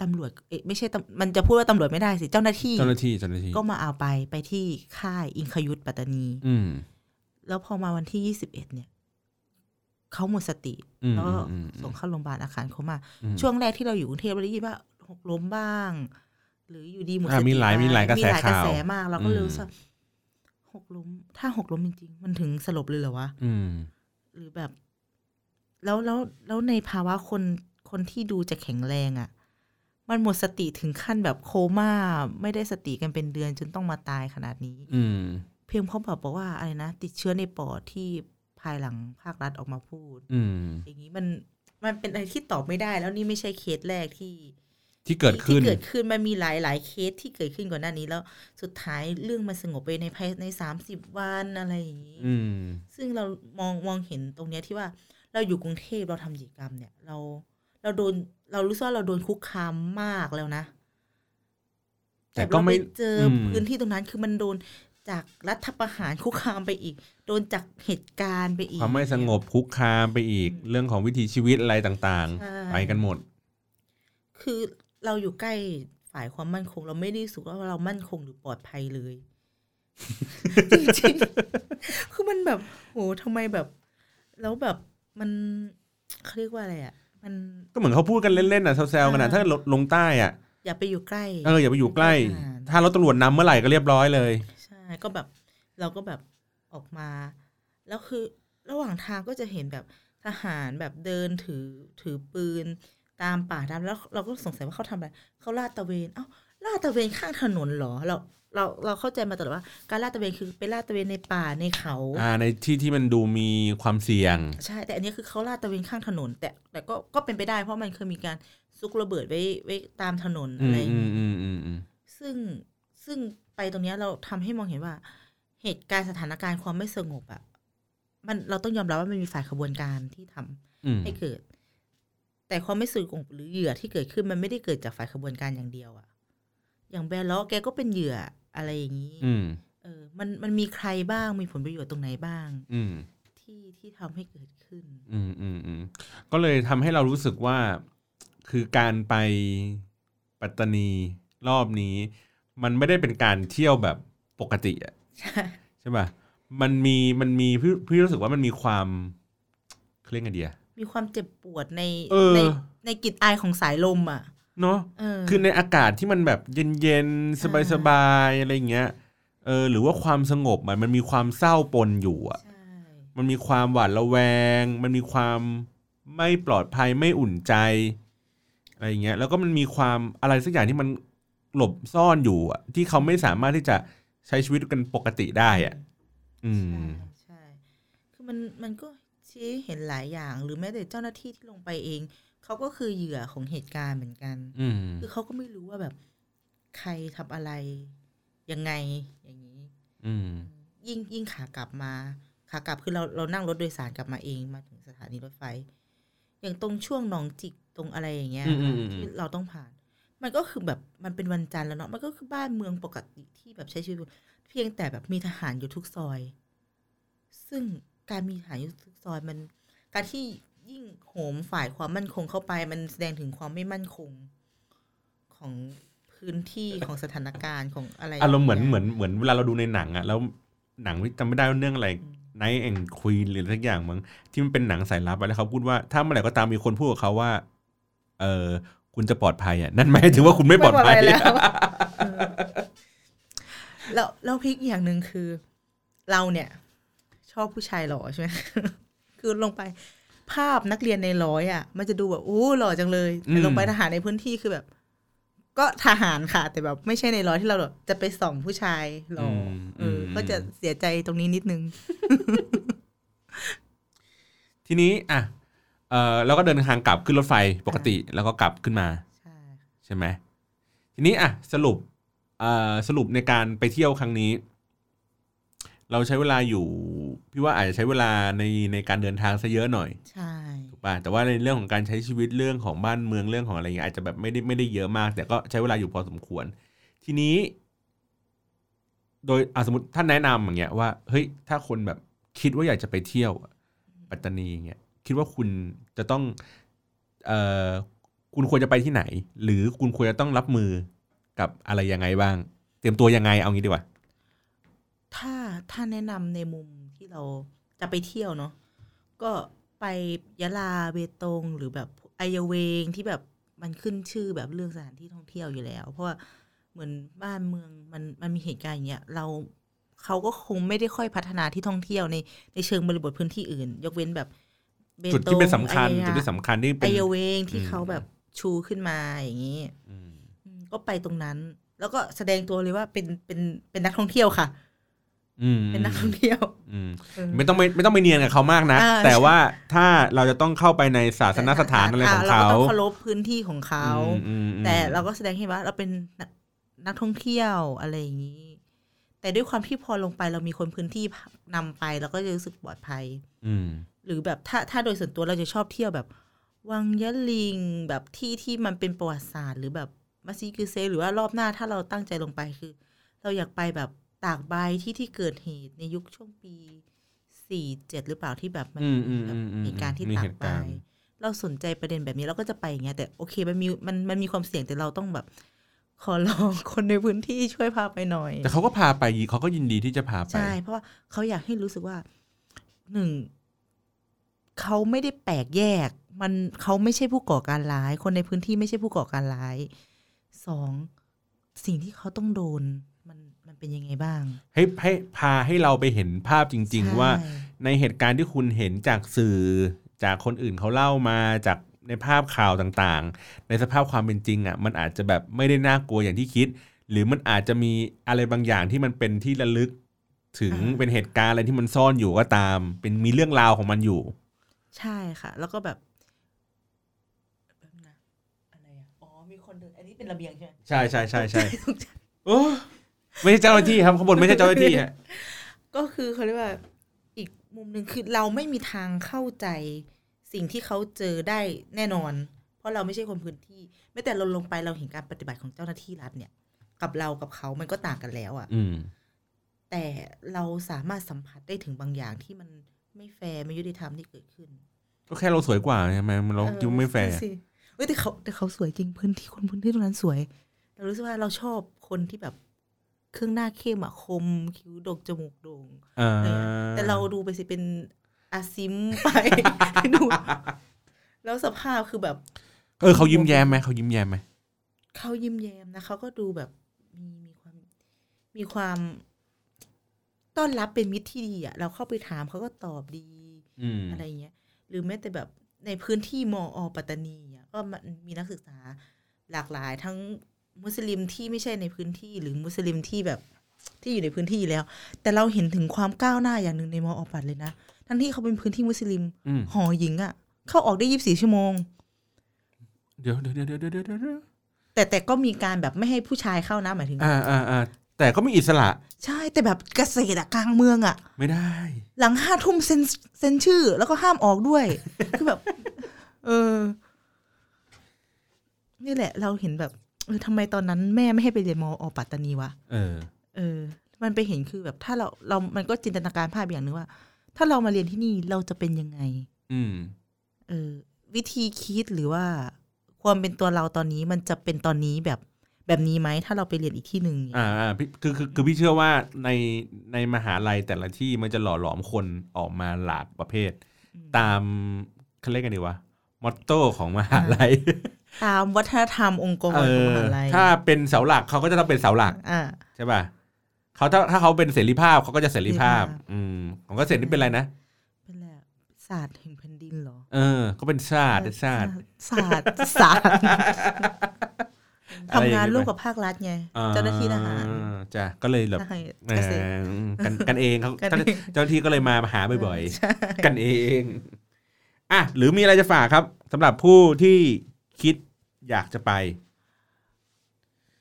S3: ตำรวจเอ๊ะไม่ใช่ตำมันจะพูดว่าตำรวจไม่ได้สิเจ้าหน้าที่
S2: เจ้าหน้าที่เจ้าหน้าที่
S3: ก็มาเอาไปไปที่ค่ายอิงคยุทธปัตตานี
S2: อืม
S3: แล้วพอมาวันที่ยี่สิบเอ็ดเนี่ยเขาหมดสติ
S2: อืม
S3: แล้วก็
S2: อืมอืม
S3: ส่งเข้าโรงพยาบาลอาคารเขามา
S2: อืม
S3: ช่วงแรกที่เราอยู่กรุงเทพเราได้ยินว่าหกล้มบ้าง หรืออยู่ดีหมดส
S2: อ่ะ
S3: ติ
S2: มีหลาย
S3: บ้ง
S2: มีหลายกระแส
S3: มีหลายกระแส
S2: ข่าว
S3: มากเราก็เลย
S2: อืม
S3: รู้สึกว่าหกล้ม ถ้าหกล้มจริงๆ มันถึงสลบเลยเหรอวะ
S2: อืม
S3: หรือแบบ แล้วแล้วแล้วในภาวะคนคนที่ดูจะแข็งแรงอะ่ะ มันหมดสติถึงขั้นแบบโคม่าไม่ได้สติกันเป็นเดือนจนต้องมาตายขนาดนี้
S2: อืม
S3: เพียงเพราะแบบบอกว่าอะไรนะ ติดเชื้อในปอดที่ภายหลังภาครัฐออกมาพูด
S2: อืม
S3: อย่างนี้มันมันเป็นอะไรที่ตอบไม่ได้ แล้วนี่ไม่ใช่เคสแรกที่
S2: ที่เกิดขึ้น
S3: ที่เกิดขึ้นมันมีหลายหลายเคสที่เกิดขึ้นก่อนหน้านี้แล้วสุดท้ายเรื่องมันสงบไปในภายในสามสิบวันอะไรอย่างนี้
S2: อืม
S3: ซึ่งเรามองมองเห็นตรงเนี้ยที่ว่าเราอยู่กรุงเทพเราทำกิจกรรมเนี่ย เราเราโดนเรารู้สึกว่าเราโดนคุกคามมากแล้วนะ
S2: แต่ก็ไม่
S3: เราปเจออ
S2: ม
S3: พื้นที่ตรงนั้นคือมันโดนจากรัฐประหารคุกคามไปอีก โดนจากเหตุการณ์ไปอีก
S2: ความไม่สงบคุกคามไปอีก เรื่องของวิถีชีวิตอะไรต่าง
S3: ใช่
S2: ๆ ไปกันหมด
S3: คือเราอยู่ใกล้ฝ่ายความมั่นคง เราไม่ได้รู้สึกว่าเรามั่นคงหรือปลอดภัยเลย จริงๆ คือมันแบบโหทำไมแบบ แล้วแบบมันเขาเรียกว่าอะไรอ่ะ มัน
S2: ก็เหมือนเขาพูดกันเล่นๆนะแซวๆกันนะ
S3: อ่า
S2: ถ้าลดลงใต้อ่ะ
S3: อย่าไปอยู่ใกล้
S2: เอออย่าไปอยู่ใกล้
S3: อ่า
S2: ถ้ารถตำรวจนำเมื่อไหร่ก็เรียบร้อยเลย
S3: ใช่ ก็แบบเราก็แบบออกมา แล้วคือระหว่างทางก็จะเห็นแบบทหารแบบเดินถือถือปืน ตามป่าตามแล้วเราก็สงสัยว่าเขาทำอะไรเขาลาดตระเวนเอ้าลาดตระเวนข้างถนนเหรอ เราเราเราเข้าใจมาตลอดว่า การลาดตระเวนคือไปลาดตระเวนในป่าในเขา
S2: อ่า ในที่ที่มันดูมีความเสี่ยง
S3: ใช่ แต่อันนี้คือเขาลาดตระเวนข้างถนน แต่แต่ก็ก็เป็นไปได้เพราะมันเคยมีการซุกระเบิดไว้ไว้ตามถนน
S2: อื
S3: อะไร
S2: ม
S3: อย่าง
S2: อื
S3: เงี้
S2: ม
S3: ย
S2: อืมอืมอืม
S3: ซึ่งซึ่งไปตรงเนี้ยเราทำให้มองเห็นว่า เหตุการณ์สถานการณ์ความไม่สงบอะ่ะมันเราต้องยอมรับว่ามันมีฝ่ายขบวนการที่ทำ
S2: อืม
S3: ให้เกิด แต่ความไม่สงบหรือเหยื่อที่เกิดขึ้นมันไม่ได้เกิดจากฝ่ายขบวนการอย่างเดียวอะ่ะ อย่างแบร์ล้อแกก็เป็นเหยื่ออะไรอย่างนี้
S2: อืม
S3: เออ มันมันมีใครบ้างมีผลประโยชน์ตรงไหนบ้าง
S2: อืม
S3: ที่ที่ทำให้เกิดขึ้น
S2: อืมอืมอืมก็เลยทำให้เรารู้สึกว่าคือการไปปัตตานีรอบนี้ มันไม่ได้เป็นการเที่ยวแบบปกติอะใช่ป่ะมันมีมันมีพี่พี่รู้สึกว่ามันมีความเขาเรียกไงเดีย
S3: มีความเจ็บปวดใน
S2: เออ
S3: ในในกลิจอายของสายลมอ่ะ
S2: เนาะ
S3: เออ
S2: คือในอากาศที่มันแบบเย็นๆ สบายๆ อะไรอย่างเงี้ยเออหรือว่าความสงบอะมันมีความเศร้าปนอยู่อะ
S3: ใช่
S2: มันมีความหวาดระแวง มันมีความไม่ปลอดภัยไม่อุ่นใจอะไรอย่างเงี้ย แล้วก็มันมีความอะไรสักอย่างที่มันหลบซ่อนอยู่อะที่เขาไม่สามารถที่จะใช้ชีวิตกันปกติได้อะอืม
S3: ใช่ใช่ คือมันมันก็ชี้เห็นหลายอย่าง หรือแม้แต่เจ้าหน้าที่ที่ลงไปเอง เขาก็คือเหยื่อของเหตุการณ์เหมือนกัน
S2: อืม
S3: คือเขาก็ไม่รู้ว่าแบบใครทำอะไร ยังไงอย่างนี้
S2: อืม
S3: ยิ่งยิ่งขากลับมาขากลับคือเราเรานั่งรถโดยสารกลับมาเองมาถึงสถานีรถไฟ อย่างตรงช่วงหนองจิกตรงอะไรอย่างเงี้ย
S2: อืมอืมอืม
S3: ที่เราต้องผ่าน มันก็คือแบบมันเป็นวันจันทร์แล้วเนาะมันก็คือบ้านเมืองปกติที่แบบใช้ชีวิตเพียงแต่แบบมีทหารอยู่ทุกซอย ซึ่งการมีทหารอยู่ทุกซอยมัน การที่ยิ่งโหมฝ่ายความมั่นคงเข้าไป มันแสดงถึงความไม่มั่นคงของพื้นที่ของสถานการณ์ของอะไร
S2: อารมณ์เหมือน
S3: ย่ง
S2: เหมื
S3: งี้ย
S2: อนเหมือนเวลาเราดูในหนังอะแล้วหนังจำไม่ได้ว่าเรื่องอะไรไนท์แอนด์ควีนหรืออะไรสักอย่างมั้งที่มันเป็นหนังสายลับอะแล้วเขาพูดว่าถ้าเมื่อไหร่ก็ตามมีคนพูดกับเขาว่า เออคุณจะปลอดภัยอะนั่นหมายถึงว่าคุณไม่ปลอดภัย
S3: ไม่ปลอดภัยแล้ว แล้วแล้วพลิกอย่างหนึ่งคือ เราเนี่ย ชอบผู้ชายหล่อใช่ไหม คือลงไปภาพนักเรียนในร้อยอ่ะ มันจะดูแบบโอ้หล่อจังเลยแต่
S2: อืม
S3: ลงไปทหารในพื้นที่คือแบบ ก็ทหารค่ะ แต่แบบไม่ใช่ในร้อยที่เราแบบจะไปส่องผู้ชายหรอ
S2: ม
S3: เอออ
S2: ม
S3: ก็จะเสียใจตรงนี้นิดนึง
S2: ทีนี้อ่ะเออเราก็เดินทางกลับขึ้นรถไฟปกติแล้วก็กลับขึ้นมา
S3: ใช่
S2: ใช่ไหมทีนี้อ่ะสรุปเอ่อสรุปในการไปเที่ยวครั้งนี้ เราใช้เวลาอยู่ พี่ว่าอาจจะใช้เวลาในในการเดินทางซะเยอะหน่อย
S3: ใช่
S2: ถูกป่ะแต่ว่าในเรื่องของการใช้ชีวิตเรื่องของบ้านเมืองเรื่องของอะไรเงี้ยอาจจะแบบไม่ได้ไม่ได้เยอะมาก แต่ก็ใช้เวลาอยู่พอสมควร ทีนี้ โดยอ่ะสมมติท่านแนะนำอย่างเงี้ยว่าเฮ้ยถ้าคนแบบคิดว่าอยากจะไปเที่ยวปัตตานีอย่างเงี้ยคิดว่าคุณจะต้อง เอ่อคุณควรจะไปที่ไหน หรือคุณควรจะต้องรับมือกับอะไรยังไงบ้าง เตรียมตัวยังไงเอางี้ดีกว่า
S3: ถ้าถ้าแนะนำในมุมที่เราจะไปเที่ยวเนาะก็ไปยะลาเบตงหรือแบบไอเยาเวงที่แบบมันขึ้นชื่อแบบเรื่องสถานที่ท่องเที่ยวอยู่แล้ว เพราะว่าเหมือนบ้านเมืองมันมันมีเหตุการณ์อย่างเงี้ยเราเขาก็คงไม่ได้ค่อยพัฒนาที่ท่องเที่ยวในในเชิงบริบทพื้นที่อื่น ยกเว้นแบบบตง
S2: จุดที่เป็นสำคัญ
S3: ไอยา
S2: จุดที่สำคัญที่
S3: ไอ
S2: เป็น
S3: เยาเวงที่
S2: อืม
S3: เขาแบบชูขึ้นมาอย่างนี้
S2: อืม
S3: อืมก็ไปตรงนั้น แล้วก็แสดงตัวเลยว่าเป็นเป็นเป็นนักท่องเที่ยวค่ะ
S2: อืม
S3: เป็นนักท่องเที่ยว
S2: อืม
S3: เออ
S2: ไม่ต้องไปไม่ต้องไปเนียนกับเขามากนะ
S3: อ่า
S2: แต่ว่าถ้าเราจะต้องเข้าไปในศาสนสถานอะไรของเขา
S3: เราก็ต้องเคารพพื้นที่ของเขา
S2: อืมอืมอืม
S3: แต่เราก็แสดงให้เห็นว่าเราเป็นนักนักท่องเที่ยวอะไรอย่างนี้ แต่ด้วยความที่พอลงไปเรามีคนพื้นที่นำไปเราก็จะรู้สึกปลอดภัย
S2: อืม
S3: หรือแบบถ้าถ้าโดยส่วนตัวเราจะชอบเที่ยวแบบ วังยะลิง แบบที่ที่มันเป็นประวัติศาสตร์หรือแบบมัสยิดกิเซหรือว่ารอบหน้าถ้าเราตั้งใจลงไปคือ เราอยากไปแบบตากใบที่ที่เกิดเหตุในยุคช่วงปีสี่เจ็ดหรือเปล่าที่แบบมัน
S2: อืมอืม
S3: แบ
S2: อื
S3: บ
S2: มอืม
S3: เหตุการณ์ที่
S2: มี
S3: ตา
S2: เห
S3: ก
S2: ตุ
S3: ใบ
S2: การณ์
S3: เราสนใจประเด็นแบบนี้เราก็จะไปอย่างเงี้ยแต่โอเคมันมีมันมันมีความเสี่ยงแต่เราต้องแบบ ขอร้องคนในพื้นที่ช่วยพาไปหน่อย
S2: แต่เขาก็พาไปเขาก็ยินดีที่จะพาไป
S3: ใช่ เพราะว่าเขาอยากให้รู้สึกว่าหนึ่งเขาไม่ได้แปลกแยก มันเขาไม่ใช่ผู้ก่อการร้าย คนในพื้นที่ไม่ใช่ผู้ก่อการร้ายสองสิ่งที่เขาต้องโดน มันมันเป็นยังไงบ้าง
S2: ให้ให้พาให้เราไปเห็นภาพจริง
S3: ใช่
S2: ๆ ว่า ในเหตุการณ์ที่คุณเห็นจากสื่อจากคนอื่นเขาเล่ามาจากในภาพข่าวต่างๆ ในสภาพความเป็นจริงอ่ะมันอาจจะแบบไม่ได้น่ากลัวอย่างที่คิด หรือมันอาจจะมีอะไรบางอย่างที่มันเป็นที่ระลึก ถึงเป็นเหตุการณ์อะไรที่มันซ่อนอยู่ก็ตาม เป็นมีเรื่องราวของมันอยู่
S3: ใช่ค่ะ แล้วก็แบบแป๊บนะอะไรอะอ๋อมีคนเดินอันนี้เป็นระเบียงใช่ไหม
S2: ใช่ใช่ใช่ใช่
S3: ตกใจ
S2: โอ้ไม่ใช่เจ้าหน้าที่ครับข้างบนไม่ใช่เจ้าหน้าที่ฮะ
S3: ก็คือเขาเรียกว่าอีกมุมหนึ่งคือเราไม่มีทางเข้าใจสิ่งที่เขาเจอได้แน่นอน เพราะเราไม่ใช่คนพื้นที่ ไม่แต่เราลงไปเราเห็นการปฏิบัติของเจ้าหน้าที่รัฐเนี่ย กับเรากับเขามันก็ต่างกันแล้วอะ
S2: อืม
S3: แต่เราสามารถสัมผัสได้ถึงบางอย่างที่มันไม่แฟร์ไม่ยุติธรรมที่เกิดขึ้น
S2: ก็แค่เราสวยกว่าใช่ไหมเรา
S3: ออ
S2: คิดว่าไม่แฟร์
S3: นั่นสิเอ้ยแต่เขาแต่เขาสวยจริงพื้นที่คนพื้นที่ตรงนั้นสวย เรารู้สึกว่าเราชอบคนที่แบบเครื่องหน้าเข้มอะคมคิ้วดกจมูกโด่ง
S2: อ่า
S3: แต่เราดูไปสิเป็นอาซิมไป ดู แล้วสภาพคือแบบ
S2: เออเขายิ้มแย้มไหมเขายิ้มแย้มไหม
S3: เขายิ้มแย้มนะเขาก็ดูแบบมีมีความมีความต้อนรับเป็นมิตรที่ดีอะเราเข้าไปถามเขาก็ตอบดี
S2: อืม
S3: อะไรเงี้ย หรือแม้แต่แบบในพื้นที่มอปัตตานีอะก็มันมีนักศึกษาหลากหลาย ทั้งมุสลิมที่ไม่ใช่ในพื้นที่ หรือมุสลิมที่แบบที่อยู่ในพื้นที่อยู่แล้ว แต่เราเห็นถึงความก้าวหน้าอย่างหนึ่งในมอปัตเลยนะทั้งที่เขาเป็นพื้นที่มุสลิม
S2: อืม
S3: หอหญิงอะ่ะ เข้าออกได้ยี่บสี่ชั่วโมง
S2: เดี๋ยวเดี๋ยวเดี๋ยวเดี๋ยวเดี๋ยวเดี๋ยว
S3: แต่แต่ก็มีการแบบไม่ให้ผู้ชายเข้านะหมายถึง
S2: อ่าอ่าอ่าแต่ก็มีอิสระ
S3: ใช่แต่แบบเกษตรอะกลางเมืองอะ่ะ
S2: ไม่ได้
S3: หลังห้าทุ่มเซ็นเซ็นชื่อ แล้วก็ห้ามออกด้วย คือแบบ เออ นี่แหละ เราเห็นแบบเออทำไมตอนนั้นแม่ไม่ให้ไปเรียนมอปัตตานีวะ
S2: เออ
S3: เออ มันไปเห็นคือแบบถ้าเราเรา มันก็จินตนาการภาพอย่างหนึงว่า ถ้าเรามาเรียนที่นี่เราจะเป็นยังไง
S2: อืม
S3: เออวิธีคิดหรือว่าความเป็นตัวเราตอนนี้มันจะเป็นตอนนี้แบบแบบนี้ไหมถ้าเราไปเรียนอีกที่หนึ่งเนี่ย
S2: อ่าอ่าพี่คือคือคือพี่เชื่อว่าในในมหาลัยแต่ละที่มันจะหล่อหลอมคนออกมาหลากประเภท ตามเขาเรียกกันดีวะมอตโต้ของมหาลัย
S3: ตามวัฒนธรรมองค์กร
S2: เอ
S3: ของม
S2: อ
S3: หาลัย
S2: ถ้าเป็นเสาหลักเขาก็จะต้องเป็นเสาหลัก
S3: อ่า
S2: ใช่ป่ะเขาถ้าถ้าเขาเป็นเสรีภาพเขาก็จะเสรีภาพ
S3: เสรีภาพ
S2: อืมของเกษตรนี่เป็นอะไรนะ
S3: เป็นแหละศาสตร์แห่งแผ่นดินเหรอ
S2: เออ ก็เป็นชาติชาติ
S3: ศาสตร์ศาสตร์
S2: อะไรอย่
S3: ทำงาน
S2: ไหม
S3: ร่วมกับภาครัฐไง
S2: อ่
S3: เจ้าหน้าที่ทหาร
S2: อ่จ้ะก็เลยแบบ
S3: ใช่
S2: แหม
S3: เกษตร
S2: กันกันเองเขา
S3: กันเอง
S2: เจ้าหน้าที่ก็เลยมาหาบ่อย
S3: ใช่
S2: ๆ กันเอง อ่ะหรือมีอะไรจะฝากครับสำหรับผู้ที่คิดอยากจะไป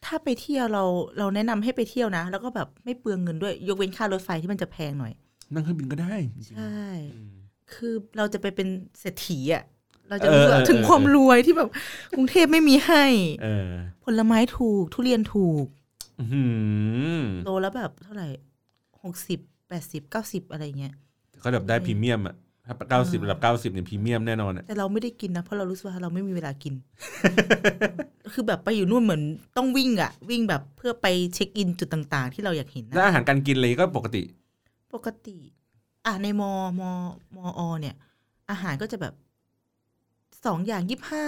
S3: ถ้าไปเที่ยวเราเราแนะนำให้ไปเที่ยวนะ แล้วก็แบบไม่เปลืองเงินด้วย ยกเว้นค่ารถไฟที่มันจะแพงหน่อย
S2: นั่งเครื่องบินก็ได้จริง
S3: ใช่
S2: ๆอืม
S3: คือเราจะไปเป็นเศรษฐีอ่ะ เราจะ
S2: เออเออเออ
S3: ถึงความรวยที่แบบกรุงเทพไม่มีให้
S2: เออ
S3: ผลไม้ถูก ทุเรียนถูก
S2: อื้อหือ
S3: โลละแบบเท่าไหร่หกสิบแปดสิบเก้าสิบอะไรเงี้ย
S2: ก็แบบได้พรีเมียมอ่ะถ้าเก้าสิบระดับเก้าสิบเนี่ยพรีเมียมแน่นอนอะ
S3: แต่เราไม่ได้กินนะ เพราะเรารู้สึกว่าเราไม่มีเวลา กิน คือแบบไปอยู่นู่นเหมือนต้องวิ่งอะวิ่งแบบเพื่อไปเช็คอินจุดต่างๆ ที่เราอยากเห็น
S2: แล้ว
S3: นะ
S2: อาหารการกินเลยก็ปกติ
S3: ปกติ อ่ะในมมมอเนี่ย อาหารก็จะแบบสองอย่างยี่ห้า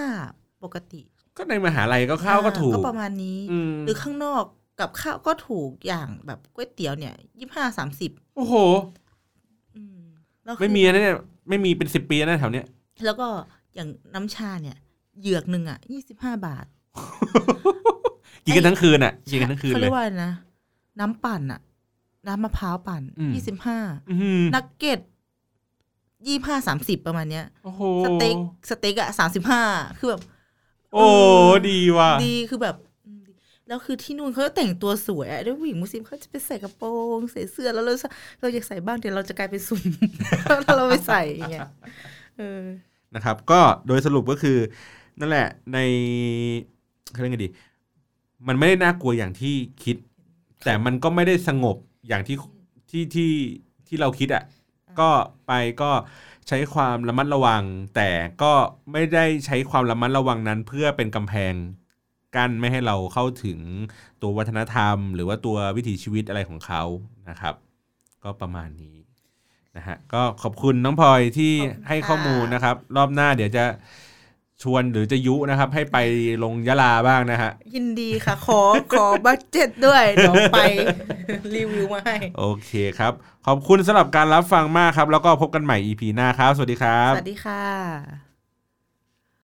S3: ปกติ
S2: ก็ในมหาลัยก็ข้าวก็
S3: อ่
S2: ถูก
S3: ก็ประมาณนี้
S2: อืม
S3: หรือข้างนอกกับข้าวก็ถูกอย่างแบบก๋วยเตี๋ยวเนี่ยยี่ห้าสามสิบ
S2: โอ้โห
S3: แล้วคือ
S2: ไม่มีนะเนี่ย ไม่มีเป็นสิบปีนะแถวเนี้ย
S3: แล้วก็อย่างน้ำชาเนี่ย เหยือกหนึ่งอ่ะยี่สิบห้าบาท
S2: กินกันทั้งคืนอ่ะ กินกันทั้งคืน
S3: เขา
S2: เล
S3: เรี
S2: ย
S3: ยกว่าอะไรนะ น้ำปั่นอะน้ำมะพร้าวปั่น
S2: อืม
S3: ยี่สิบห้า
S2: อื้อหือ
S3: นักเก็ตยี่ห้าสามสิบประมาณเนี้ย
S2: โอ้โห
S3: สเต็กสเต็กอะสามสิบห้าคือแบบ
S2: โอ้ดีว่ะ
S3: ดีคือแบบอืมดีแล้วคือที่นู่นเขาจะแต่งตัวสวยอะด้วยผู้หญิงมุสลิมเขาจะไปใส่กระโปรงใส่เสื้อแล้วเราเราอยากใส่บ้างเดี๋ยวเราจะกลายเป็นสุ่ม ถ้าเราไม่ใส่อย่างเงี้ยเออ
S2: นะครับ ก็โดยสรุปก็คือ นั่นแหละในเขาเรียกไงดี มันไม่ได้น่ากลัวอย่างที่คิด แต่มันก็ไม่ได้สงบอย่างที่ที่ที่ที่เราคิดอ่ะ ก็ไปก็ใช้ความระมัดระวัง แต่ก็ไม่ได้ใช้ความระมัดระวังนั้น เพื่อเป็นกำแพงกั้นไม่ให้เราเข้าถึงตัววัฒนธรรม หรือว่าตัววิถีชีวิตอะไรของเขานะครับ ก็ประมาณนี้นะฮะก็ขอบคุณน้องพลอยที่
S3: ขอบคุณค่ะ
S2: ให้ข้อมูลนะครับ รอบหน้าเดี๋ยวจะชวนหรือจะยุนะครับ ให้ไปลงยะลาบ้างนะฮะ
S3: ยินดีค่ะ ขอขอบัตเจ็ตด้วยเดี๋ยวไป รีวิวมาให้
S2: โอเคครับ ขอบคุณสำหรับการรับฟังมากครับ แล้วก็พบกันใหม่ EP หน้าครับ สวัสดีครับ
S3: สวัสดีค่ะ